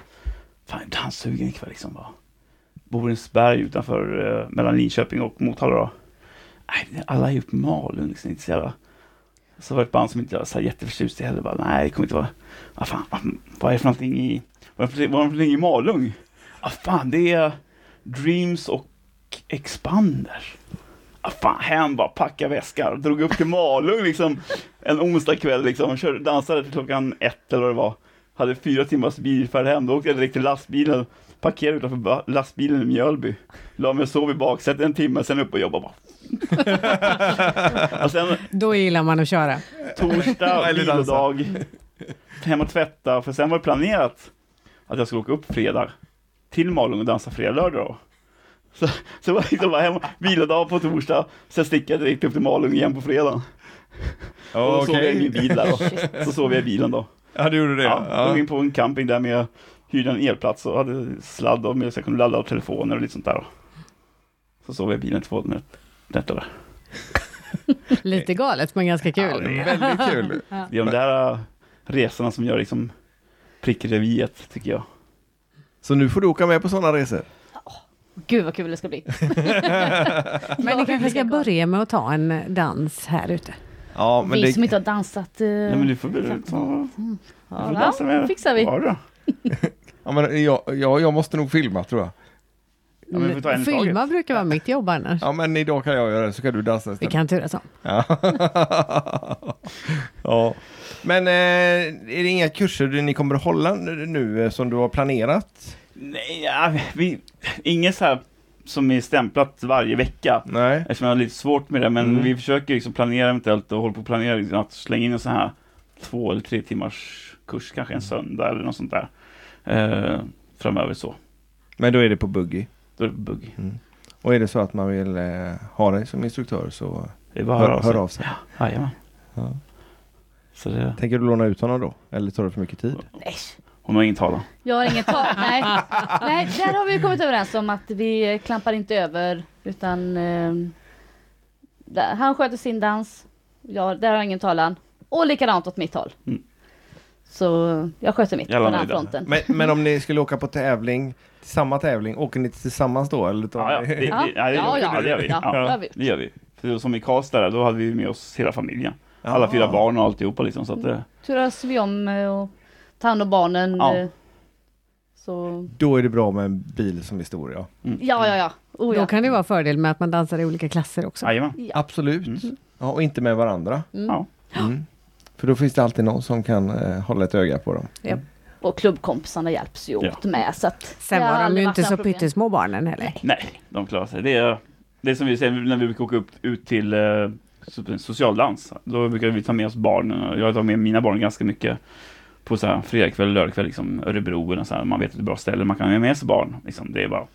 fan jag är danssugen ikväll liksom bara. Borensberg utanför, eh, mellan Linköping och Motala då. Nej, alla är ju på Malung liksom, inte så jävla så var det ett band som inte jag var så här jätteförtjust i heller. Bara, nej, det kommer inte vara... Vad fan, vad, vad är det för någonting i... Vad är det för, vad är det för någonting i Malung? Ah, fan, det är Dreams och Expander. Ah, fan, hem bara, packa väskar och drog upp till Malung liksom. En onsdag kväll liksom. Körde, dansade till klockan ett eller vad det var. Hade fyra timmars bilfärd hem. Då åkte jag direkt till lastbilen. Parkerade utanför ba- lastbilen i Mjölby. La mig och sov i baksätet en timme, sen upp och jobba bara. och sen
Då gillar man att köra.
Torsdag,
Eller dansa.
vilodag, hem och tvätta, för sen var det planerat att jag skulle åka upp fredag till Malung och dansa fredag, lördag då. Så, så var det liksom bara hem, vilodag på torsdag, sen stickade jag direkt upp till Malung igen på fredag. Och då
Ja,
sov jag i
okej.
min bil där då. Så sov jag i bilen då.
Ja, du gjorde det.
Ja,
Ja.
Kom in på en camping där med, hyrde en elplats och hade sladd och med så jag kunde ladda av telefoner och lite sånt där då. Så sov jag i bilen två nätter där.
Lite galet men ganska
Ja,
kul.
det-
Väldigt kul.
Det är de där äh, resorna som gör liksom prickreviet, tycker jag.
Så nu får du åka med på sådana resor.
Gud vad kul det ska bli.
Men ni kanske ska börja med att ta en dans här ute.
Ja, men
Vi
det...
som inte har dansat. eh,
Nej men du får väl ta... Du får
ja,
dansa med
fixar vi.
Ja, då.
Ja, men jag, jag, jag måste nog filma tror jag.
Ja, men vi får ta en i
Filma
taget.
brukar vara mitt jobb annars.
Ja, men idag kan jag göra det så kan du dansa
Vi
istället.
kan turas om.
Ja. ja. Men eh, är det inga kurser du- ni kommer att hålla nu nu, eh, som du har planerat?
Nej, ja, vi... Inget så här som är stämplat varje vecka.
Nej.
Eftersom jag har lite svårt med det, men
Mm.
vi försöker liksom planera eventuellt och håller på att planera liksom att slänga in en sån här två eller tre timmars kurs, kanske en söndag eller något sånt där. Eh, framöver så.
Men då är det på Buggy.
Då är det bugg.
Och är det så att man vill eh, ha dig som instruktör så
Det är bara att
hör,
höra av sig.
hör av sig.
Jajamän.
Ja.
Så det...
Tänker du låna ut honom då? Eller tar det för mycket tid?
Nej,
Hon har ingen talan.
jag har inget tal. Nej. Nej, där har vi ju kommit överens om att vi eh, klampar inte över utan eh, där, han sköter sin dans. Jag, där har jag ingen talan. Och likadant åt mitt håll.
Mm.
Så jag sköter mitt
Jävla
på den här
nöjda.
fronten.
Men, men om ni skulle åka på tävling, samma tävling, åker ni tillsammans då? Eller tar
Ja, ja, det,
ni...
det, ja, det,
Ja, ja.
ja, det gör vi.
Ja, det har vi
Ja,
gjort.
det gör vi. För som i Karlstad, där, då hade vi med oss hela familjen.
Ah.
Alla fyra barn och alltihopa liksom. Så att det,
Turas vi om eh, och tar hand om barnen.
Ja.
eh, Så
Då är det bra med en bil som är stor ja.
ja, ja, ja. Oh,
Då
ja.
kan det vara fördel med att man dansar i olika klasser också.
jajamän.
Ja.
Absolut. Ja, och inte med varandra.
Mm. Ja.
Mm. För då finns det alltid någon som kan eh, hålla ett öga på dem.
Och klubbkompisarna hjälps ju
Ja.
åt med. Så att
Sen
det har
var de
aldrig
ju
varit
inte så
några problem.
pyttesmå barnen heller.
Nej, de klarar sig. Det är, det är som vi säger när vi brukar åka upp, ut till eh, so- socialdans. Då brukar vi ta med oss barnen. Jag tar med mina barn ganska mycket på så här fredagkväll, lördagkväll, liksom Örebro eller så här. Man vet ett bra ställe man kan ha med sig barn. Liksom, det är bara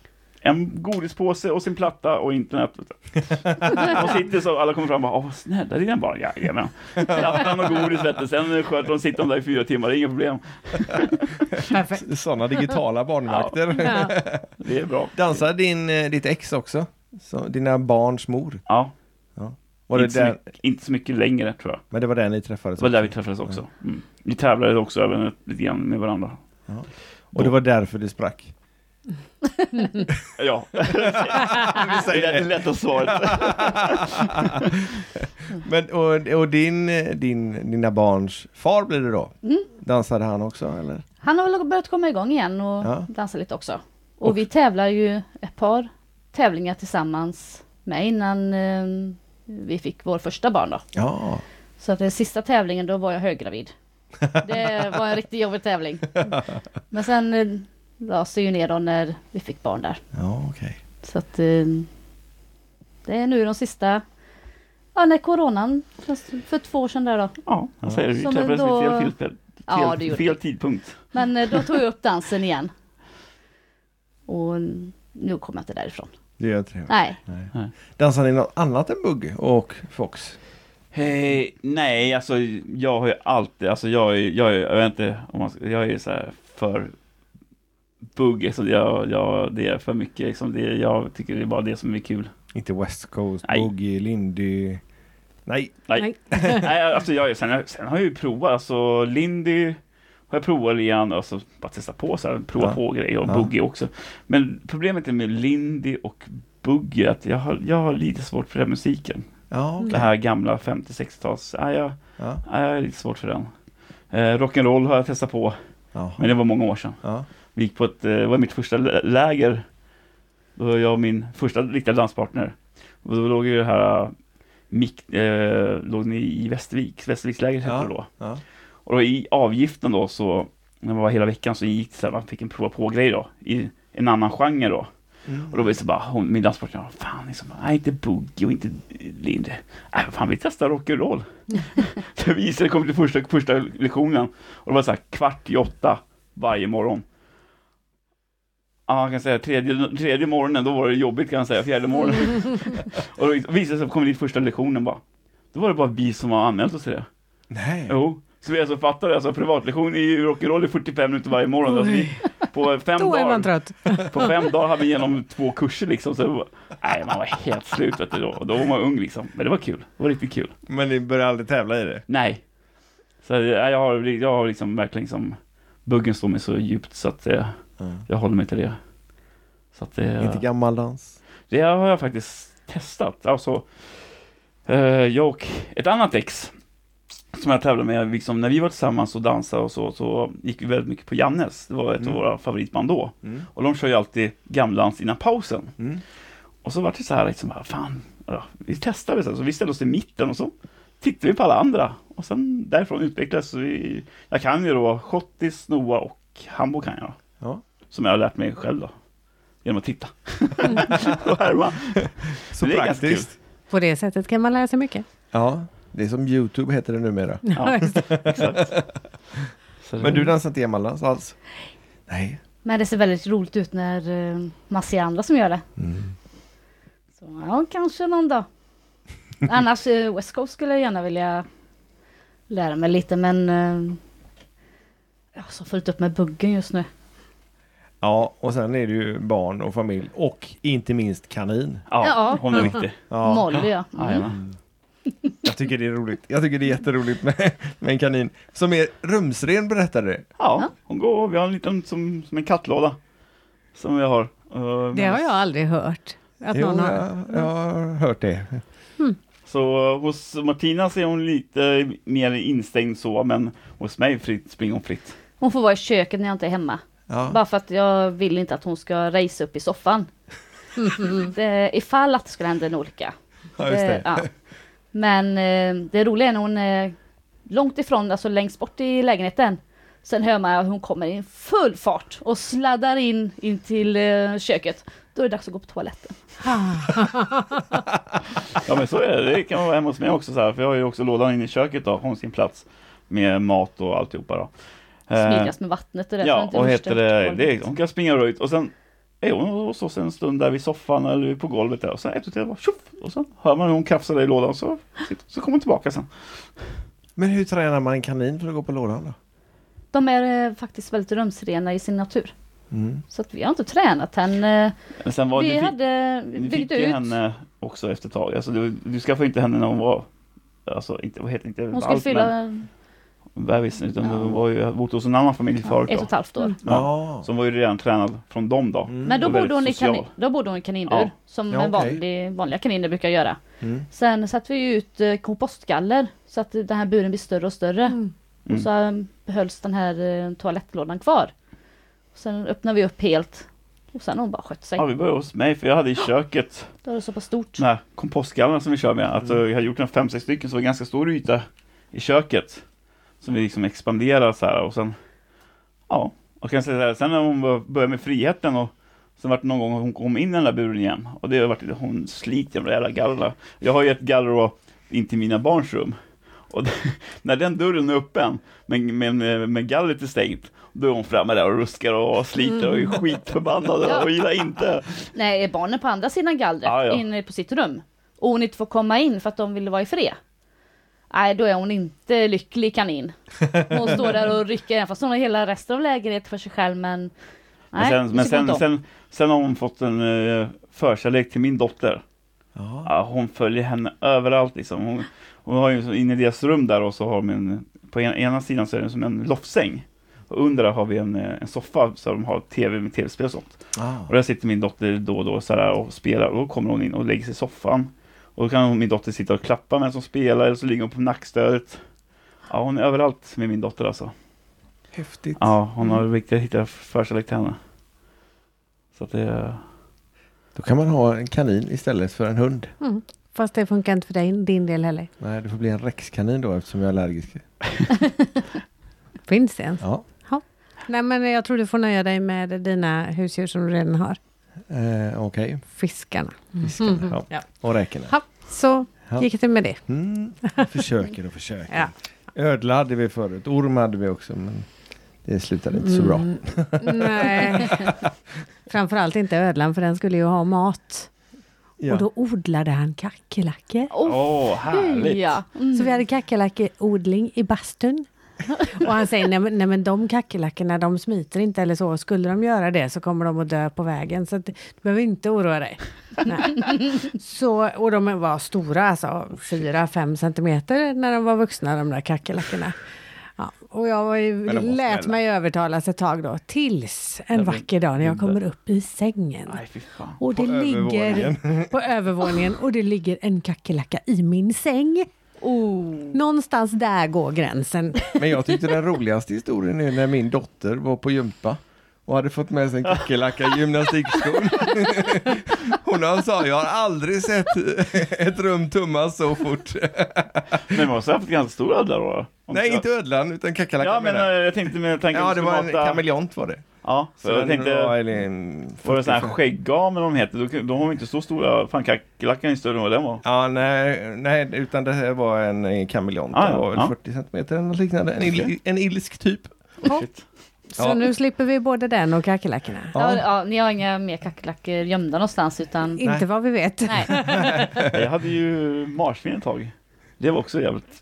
en godispåse och sin platta och internet. vet du. De sitter så, alla kommer fram och bara ”Åh, vad snälla dina barn”. Jajamän. Plattan och godis vet du. Sen sköter de, sitter de där i fyra timmar, det är inga problem.
Perfekt.
Sådana digitala barnvakter.
Ja.
Det är bra.
Dansade din, eh, ditt ex också? Så, dina barns mor?
Ja,
Var det
inte, så
där,
mycket, inte så mycket längre tror jag.
men det var där ni träffades?
Det var där vi
också?
träffades också. Mm. Vi tävlade också även lite grann med varandra.
Och det var därför det sprack?
Ja, det är det lätta svaret.
Men, och och din, eh, din, dina barns far blir det då? Dansade han också eller?
Han har väl börjat komma igång igen och
Ja.
dansa lite också. Och vi tävlar ju ett par tävlingar tillsammans med innan eh, vi fick vår första barn då.
Ja.
Så att den sista tävlingen då var jag höggravid. Det var en riktigt jobbig tävling. Men sen eh, la sig ju ner då när vi fick barn där.
Ja, okej.
Så att eh, det är nu de sista, ja när coronan, för två år sedan där då.
Ja, han säger det. Vi
Som
träffades
då-
vid fel, fel, fel,
Ja, det gjorde
fel tidpunkt.
Men eh, då tog jag upp dansen igen. Och nu kommer jag inte därifrån.
Det gör inte det.
Nej,
Dansar ni något annat än bugg och fox?
Hej, nej, alltså jag har ju alltid, alltså jag är, jag är, jag vet inte om man ska, jag är så här för bugg, alltså jag, jag, det är för mycket liksom, det, jag tycker det är bara det som är kul.
Inte West Coast,
Nej.
boogie, lindy? Nej.
Nej. nej, alltså jag, sen, sen har jag ju provat, alltså Lindy har jag provat igen, alltså bara testa på så här, prova
Ja.
på grejer och
Ja.
boogie också. Men problemet är med Lindy och boogie att jag har, jag har lite svårt för den här musiken.
Ja, okej.
Det här gamla 50-60-tals, nej jag,
Ja.
nej, jag är lite svårt för den. Eh, rock'n'roll har jag testat på,
Ja.
men det var många år sedan.
Ja.
Vi gick på ett, eh, det var mitt första lä- läger. Då var jag och min första riktiga danspartner. Och då låg ju det här, eh, Mik, eh, låg ni i Västervik, Västervikslägret hette
Ja.
det då.
Ja.
Och då i avgiften då så, när man var hela veckan så gick det så här, man fick en prova på-grej då, i en annan genre då. Och då var det så bara, hon, min danspartner, "Ja, fan liksom, nej inte boogie och inte lindy. Nej, fan vi testar rock'n'roll. så vi så kom till första, första lektionen och det var så här kvart i åtta varje morgon. Ja, man kan säga tredje, tredje morgonen, då var det jobbigt kan jag säga, fjärde morgonen. och då visade det sig, kom vi dit första lektionen bara. Då var det bara vi som har anmält oss till det.
Nej.
Jo, så vi alltså fattar det, alltså privatlektion i rock'n'roll i 45 minuter varje morgon. Alltså, vi, på, fem
Då är man
dagar,
trött.
på fem dagar hade vi igenom två kurser liksom. Så det var, nej, man var helt slut vet du, då. Och Då var man ung liksom. Men det var kul. Det var riktigt kul.
Men ni börjar aldrig tävla i det?
Nej. Så eh, jag, jag, har, jag har liksom verkligen liksom, buggen står mig så djupt så att eh,
Mm.
jag håller mig till det. Så att, eh,
Inte gammaldans?
det har jag faktiskt testat. Alltså, eh, jag och ett annat ex som jag tävlade med, liksom, när vi var tillsammans och dansade och så, så gick vi väldigt mycket på Jannes. Det var ett
Mm.
av våra favoritband då.
Mm.
Och de kör ju alltid gamldans innan pausen.
Mm.
Och så var det så här liksom, bara, fan, ja, vi testar det sen. Så vi ställde oss i mitten och så tittade vi på alla andra. Och sen därifrån utvecklades vi. Jag kan ju då schottis, snoa och hambo kan jag.
Ja.
Som jag har lärt mig själv då. Genom att titta. och härma.
Så
Det är ganska
praktiskt.
På det sättet kan man lära sig mycket.
Ja. Det är som Youtube heter det numera.
Ja, exakt. Så det-
Men du dansar inte gammaldans alls? Nej.
men det ser väldigt roligt ut när eh, man ser andra som gör det. Så ja, kanske någon dag. Annars eh, West Coast skulle jag gärna vilja lära mig lite men eh, jag har så fullt upp med buggen just nu.
Ja, och sen är det ju barn och familj och inte minst kanin.
ja,
Ja.
hon är viktig.
Ja.
Molly ja. Mm.
Jajamän.
Jag tycker det är roligt. Jag tycker det är jätteroligt med, med en kanin som är rumsren berättade.
Ja, hon går, vi har en liten som, som en kattlåda. Som vi har. Eh,
Det har jag aldrig hört. Att
Jo,
någon har.
jag, jag har hört det.
Så eh, hos Martina så är hon lite mer instängd så, men hos mig fritt, springer hon fritt.
Hon får vara i köket när jag inte är hemma.
Ja.
Bara för att jag vill inte att hon ska racea upp i soffan. det, ifall att det skulle hända en olycka.
Ja, just det.
eh, ja. Men eh, det roliga är när hon är långt ifrån, alltså längst bort i lägenheten. Sen hör man hur hon kommer i full fart och sladdar in, in till eh, köket. Då är det dags att gå på toaletten.
Ja men så är det, det kan vara hemma hos mig också så här, för jag har ju också lådan inne i köket då, hon sin plats. Med mat och alltihopa då. Eh,
Smygas med vattnet och det. så
ja,
inte
och
förstör
heter det,
golvet.
det, hon kan springa runt och sen är hon hos oss en stund där vid soffan eller på golvet där och sen ett och till bara tjoff! Och sen hör man hur hon krafsar där i lådan så, så kommer hon tillbaka sen.
Men hur tränar man en kanin för att gå på lådan då?
De är eh, faktiskt väldigt rumsrena i sin natur.
Mm.
Så att vi har inte tränat henne. eh,
Men sen var
vi
det,
hade
Ni
byggt
fick
ut.
ju henne också efter ett tag. Alltså, du, du skaffade inte henne när hon var, alltså inte, vad heter inte
Hon skulle fylla
men bebisen, utan
Ja.
hon var ju bott hos en annan familj
ja,
förut
ett och
då.
ett halvt år.
Ja.
Så hon var ju redan tränad från dem då.
Mm.
Men då
Och
bodde,
väldigt
hon i
social.
kanin, då bodde hon i kaninbur
Ja.
som
Ja, okej.
en vanlig, vanliga kaniner brukar göra.
Mm.
Sen satte vi ju ut eh, kompostgaller så att den här buren blir större och större.
Mm.
Mm.
Och så eh, behölls den här eh, toalettlådan kvar. Sen öppnade vi upp helt och sen har hon bara skött sig.
Ja, vi började hos mig, för jag hade i köket
Då är det så pass stort.
den här kompostgallren som vi kör med. Alltså, jag har gjort en fem sex stycken, så det var ganska stor yta i köket. Som vi liksom expanderar så här och sen, ja, Och kan säga så här, sen när hon bör- började med friheten och sen vart det någon gång hon kom in i den där buren igen. Och det har varit, hon sliter de där jävla gallrarna. Jag har ju ett galler då in till mina barns rum. Och när den dörren är öppen, men, men, men gallret är stängt, då är hon framme där och ruskar och sliter och är skitförbannad och gillar inte.
Nej, är barnen på andra sidan gallret,
Ah, Ja, ja.
inne på sitt rum, och hon inte får komma in för att de vill vara i fred. Nej, då är hon inte lycklig kanin. Hon står där och rycker igen, fast hon har hela resten av lägenheten för sig själv, men...
Men sen,
det
men
tycker hon inte
sen,
om.
sen, sen har hon fått en eh, förkärlek till min dotter.
Ja.
Ja, hon följer henne överallt liksom. Hon, hon har ju så inne i deras rum där och så har de en, på en, ena sidan så är det som en loftsäng. Och under där har vi en, eh, en soffa så de har tv med tv-spel och sånt.
Ah.
Och där sitter min dotter då och då så här, och spelar och då kommer hon in och lägger sig i soffan. Och då kan hon, min dotter sitta och klappa medan hon spelar eller så ligger hon på nackstödet. Ja, hon är överallt med min dotter alltså.
Häftigt.
Ja, hon har riktigt hittat förkärlek till henne. Så att det...
Då kan man ha en kanin istället för en hund.
Mm. Fast det funkar inte för dig, din del heller.
Nej, det får bli en rexkanin då eftersom jag är allergisk.
Finns det ens?
Ja.
Nej, men jag tror du får nöja dig med dina husdjur som du redan har.
Eh, Okej,
Fiskarna.
fiskarna. Ja.
Ja.
Och räkorna.
Ha, så
Mm. Ja.
gick det med det.
Mm. jag Försöker och försöker.
Ja.
Ödla hade vi förut. Orm hade vi också. Men det slutade inte så bra.
Mm. Nej. Framförallt inte ödlan, för den skulle ju ha mat.
Ja.
Och då odlade han kackerlackor.
Åh,
Åh, härligt!
fy, ja. Mm.
Så vi hade kackerlackeodling i bastun. Och han säger, nej men, nej men de kackerlackorna de smiter inte eller så. Skulle de göra det så kommer de att dö på vägen. Så att, du behöver inte oroa dig. Nej. Så, och de var stora, alltså 4-5 centimeter när de var vuxna de där kackerlackorna. Ja, och jag var ju,
de var
lät
snälla.
mig övertalas ett tag då. Tills en
men-
vacker dag när jag kommer upp i sängen.
Nej, fy fan.
Och det ligger på övervåningen och det ligger en kackerlacka i min säng.
Oh.
Någonstans där går gränsen.
Men jag tyckte den roligaste historien är när min dotter var på gympa och hade fått med sig en kackerlacka i gymnastikskon. Hon sa, jag har aldrig sett ett rum tummas så fort.
Men man måste ha haft ganska stor ödla då? Om
Nej,
jag-
inte ödlan, utan kackerlackan
Ja, men eh,
menar jag.
jag tänkte med tanke
Ja, det var en kameleont var det.
Ja, så jag
den var,
tänkte...
eller en
Var det sån här
45.
skäggam eller vad de heter, då, kan- då har de inte så stora... Fan, kackerlackan är ju större än vad den var.
Ja, nej, nej, utan det här var en eh, kameleont.
Ah,
den
ja,
var väl
ja.
40 centimeter eller något liknande. En, il- en ilsk typ.
Shit.
Så
Ja.
nu slipper vi både den och kackerlackorna.
Ja.
Ja.
Ja, ni har inga mer kackerlackor gömda någonstans utan...
Inte vad vi vet.
Nej.
Jag hade ju marsvin ett tag. Det var också jävligt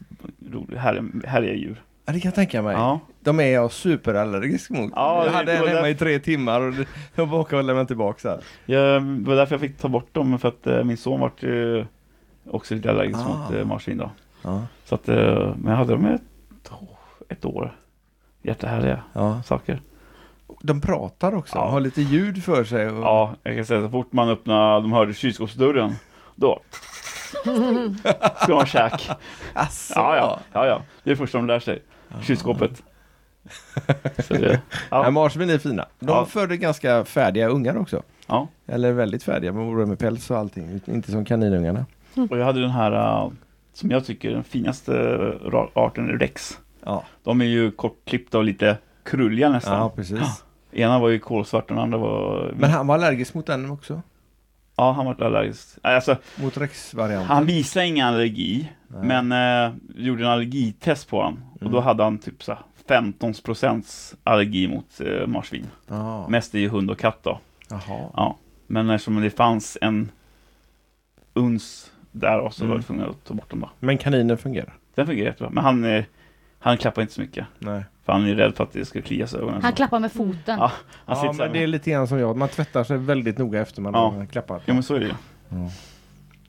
roligt, härliga, härliga djur.
Ja, det kan jag tänka mig.
Ja.
De är jag superallergisk mot.
Ja,
jag
det-
hade
det
en
var
hemma
där-
i tre timmar och jag bakade och lämnade tillbaka. Så här.
Jag, det var därför jag fick ta bort dem, för att eh, min son vart eh, också lite allergisk
Ah.
mot eh, marsvin då.
Ja,
Så att, eh, men jag hade dem ett, ett år. Jättehärliga
ja.
saker.
De pratar också,
Ja.
har lite ljud för sig. Och...
Ja, jag kan säga så fort man öppnade, de hörde kylskåpsdörren, då ska man käk.
Asså.
Ja, ja, ja, ja, det är det första de lär sig. Kylskåpet. Så det, ja.
Nej, marsvin är fina. De
Ja.
föder ganska färdiga ungar också.
ja.
Eller väldigt färdiga, med ormar med päls och allting. Inte som kaninungarna.
Och jag hade den här, äh, som jag tycker, den finaste ra- arten, rex.
Ja,
De är ju kortklippta och lite krulliga nästan.
ja precis.
Ena var ju kolsvart och den andra var...
Men han var allergisk mot den också?
Ja, han var allergisk. Alltså,
Mot rexvarianten?
han visade ingen allergi,
Nej.
Men eh, gjorde en allergitest på honom och
Mm.
då hade han typ så här 15% allergi mot eh, marsvin.
Ja.
Mest är ju hund och katt då.
Jaha.
Men eftersom det fanns en uns där också
Mm.
var jag tvungen att ta bort dem då.
Men kaninen fungerar?
Den fungerar jättebra. Men han, eh, han klappar inte så mycket.
Nej.
För han är rädd för att det ska klia sig i ögonen.
Han klappar med foten.
Ja. han
Ja,
sitter så här
men Alltså, det är
med-
lite grann som jag. Man tvättar sig väldigt noga efter man
Ja.
har klappat.
Ja men så är det ju.
Ja.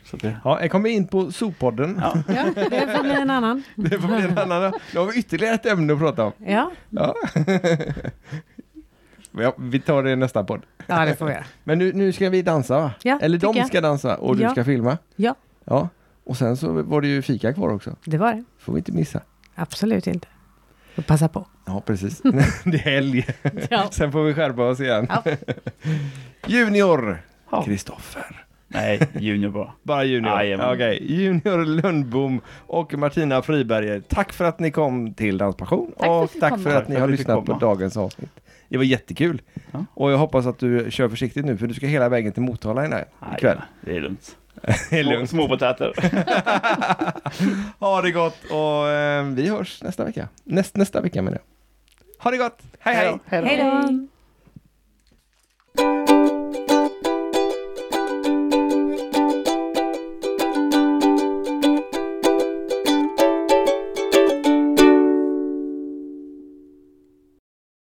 Så det...
Ja, jag kommer in på soppodden.
Ja.
Ja, det får bli en annan.
Det får bli en annan. Nu har vi ytterligare ett ämne att prata om.
Ja,
Ja. Ja, vi tar det i nästa podd.
ja det får vi göra.
Men nu, nu ska vi dansa va?
Ja,
Eller
tycker
de
jag.
ska dansa och du
Ja.
ska filma.
Ja,
Ja. Och sen så var det ju fika kvar också.
det var det.
Får vi inte missa.
Absolut inte. Och passa på.
Ja, precis. det är helg.
Ja.
Sen får vi skärpa oss igen.
Ja.
Junior
Ja.
Kristoffer.
Nej, Junior bara.
Bara Junior.
Jajamän.
Okej. Junior Lundbom och Martina Friberger. Tack för att ni kom till Danspassion.
Tack för
och
att vi
tack
kom.
för
Tack
att ni
för
har
att vi fick
lyssnat på
komma.
dagens avsnitt. Det var jättekul.
Ja.
Och jag hoppas att du kör försiktigt nu för du ska hela vägen till Motala i natt-
Nej,
ikväll.
det är lugnt.
Det är
Små,
lugnt.
småpotäter.
Ha det gott och eh, vi hörs nästa vecka. Näst, nästa vecka menar jag. Ha det gott! Hej hej!
Hej då.
Hej då!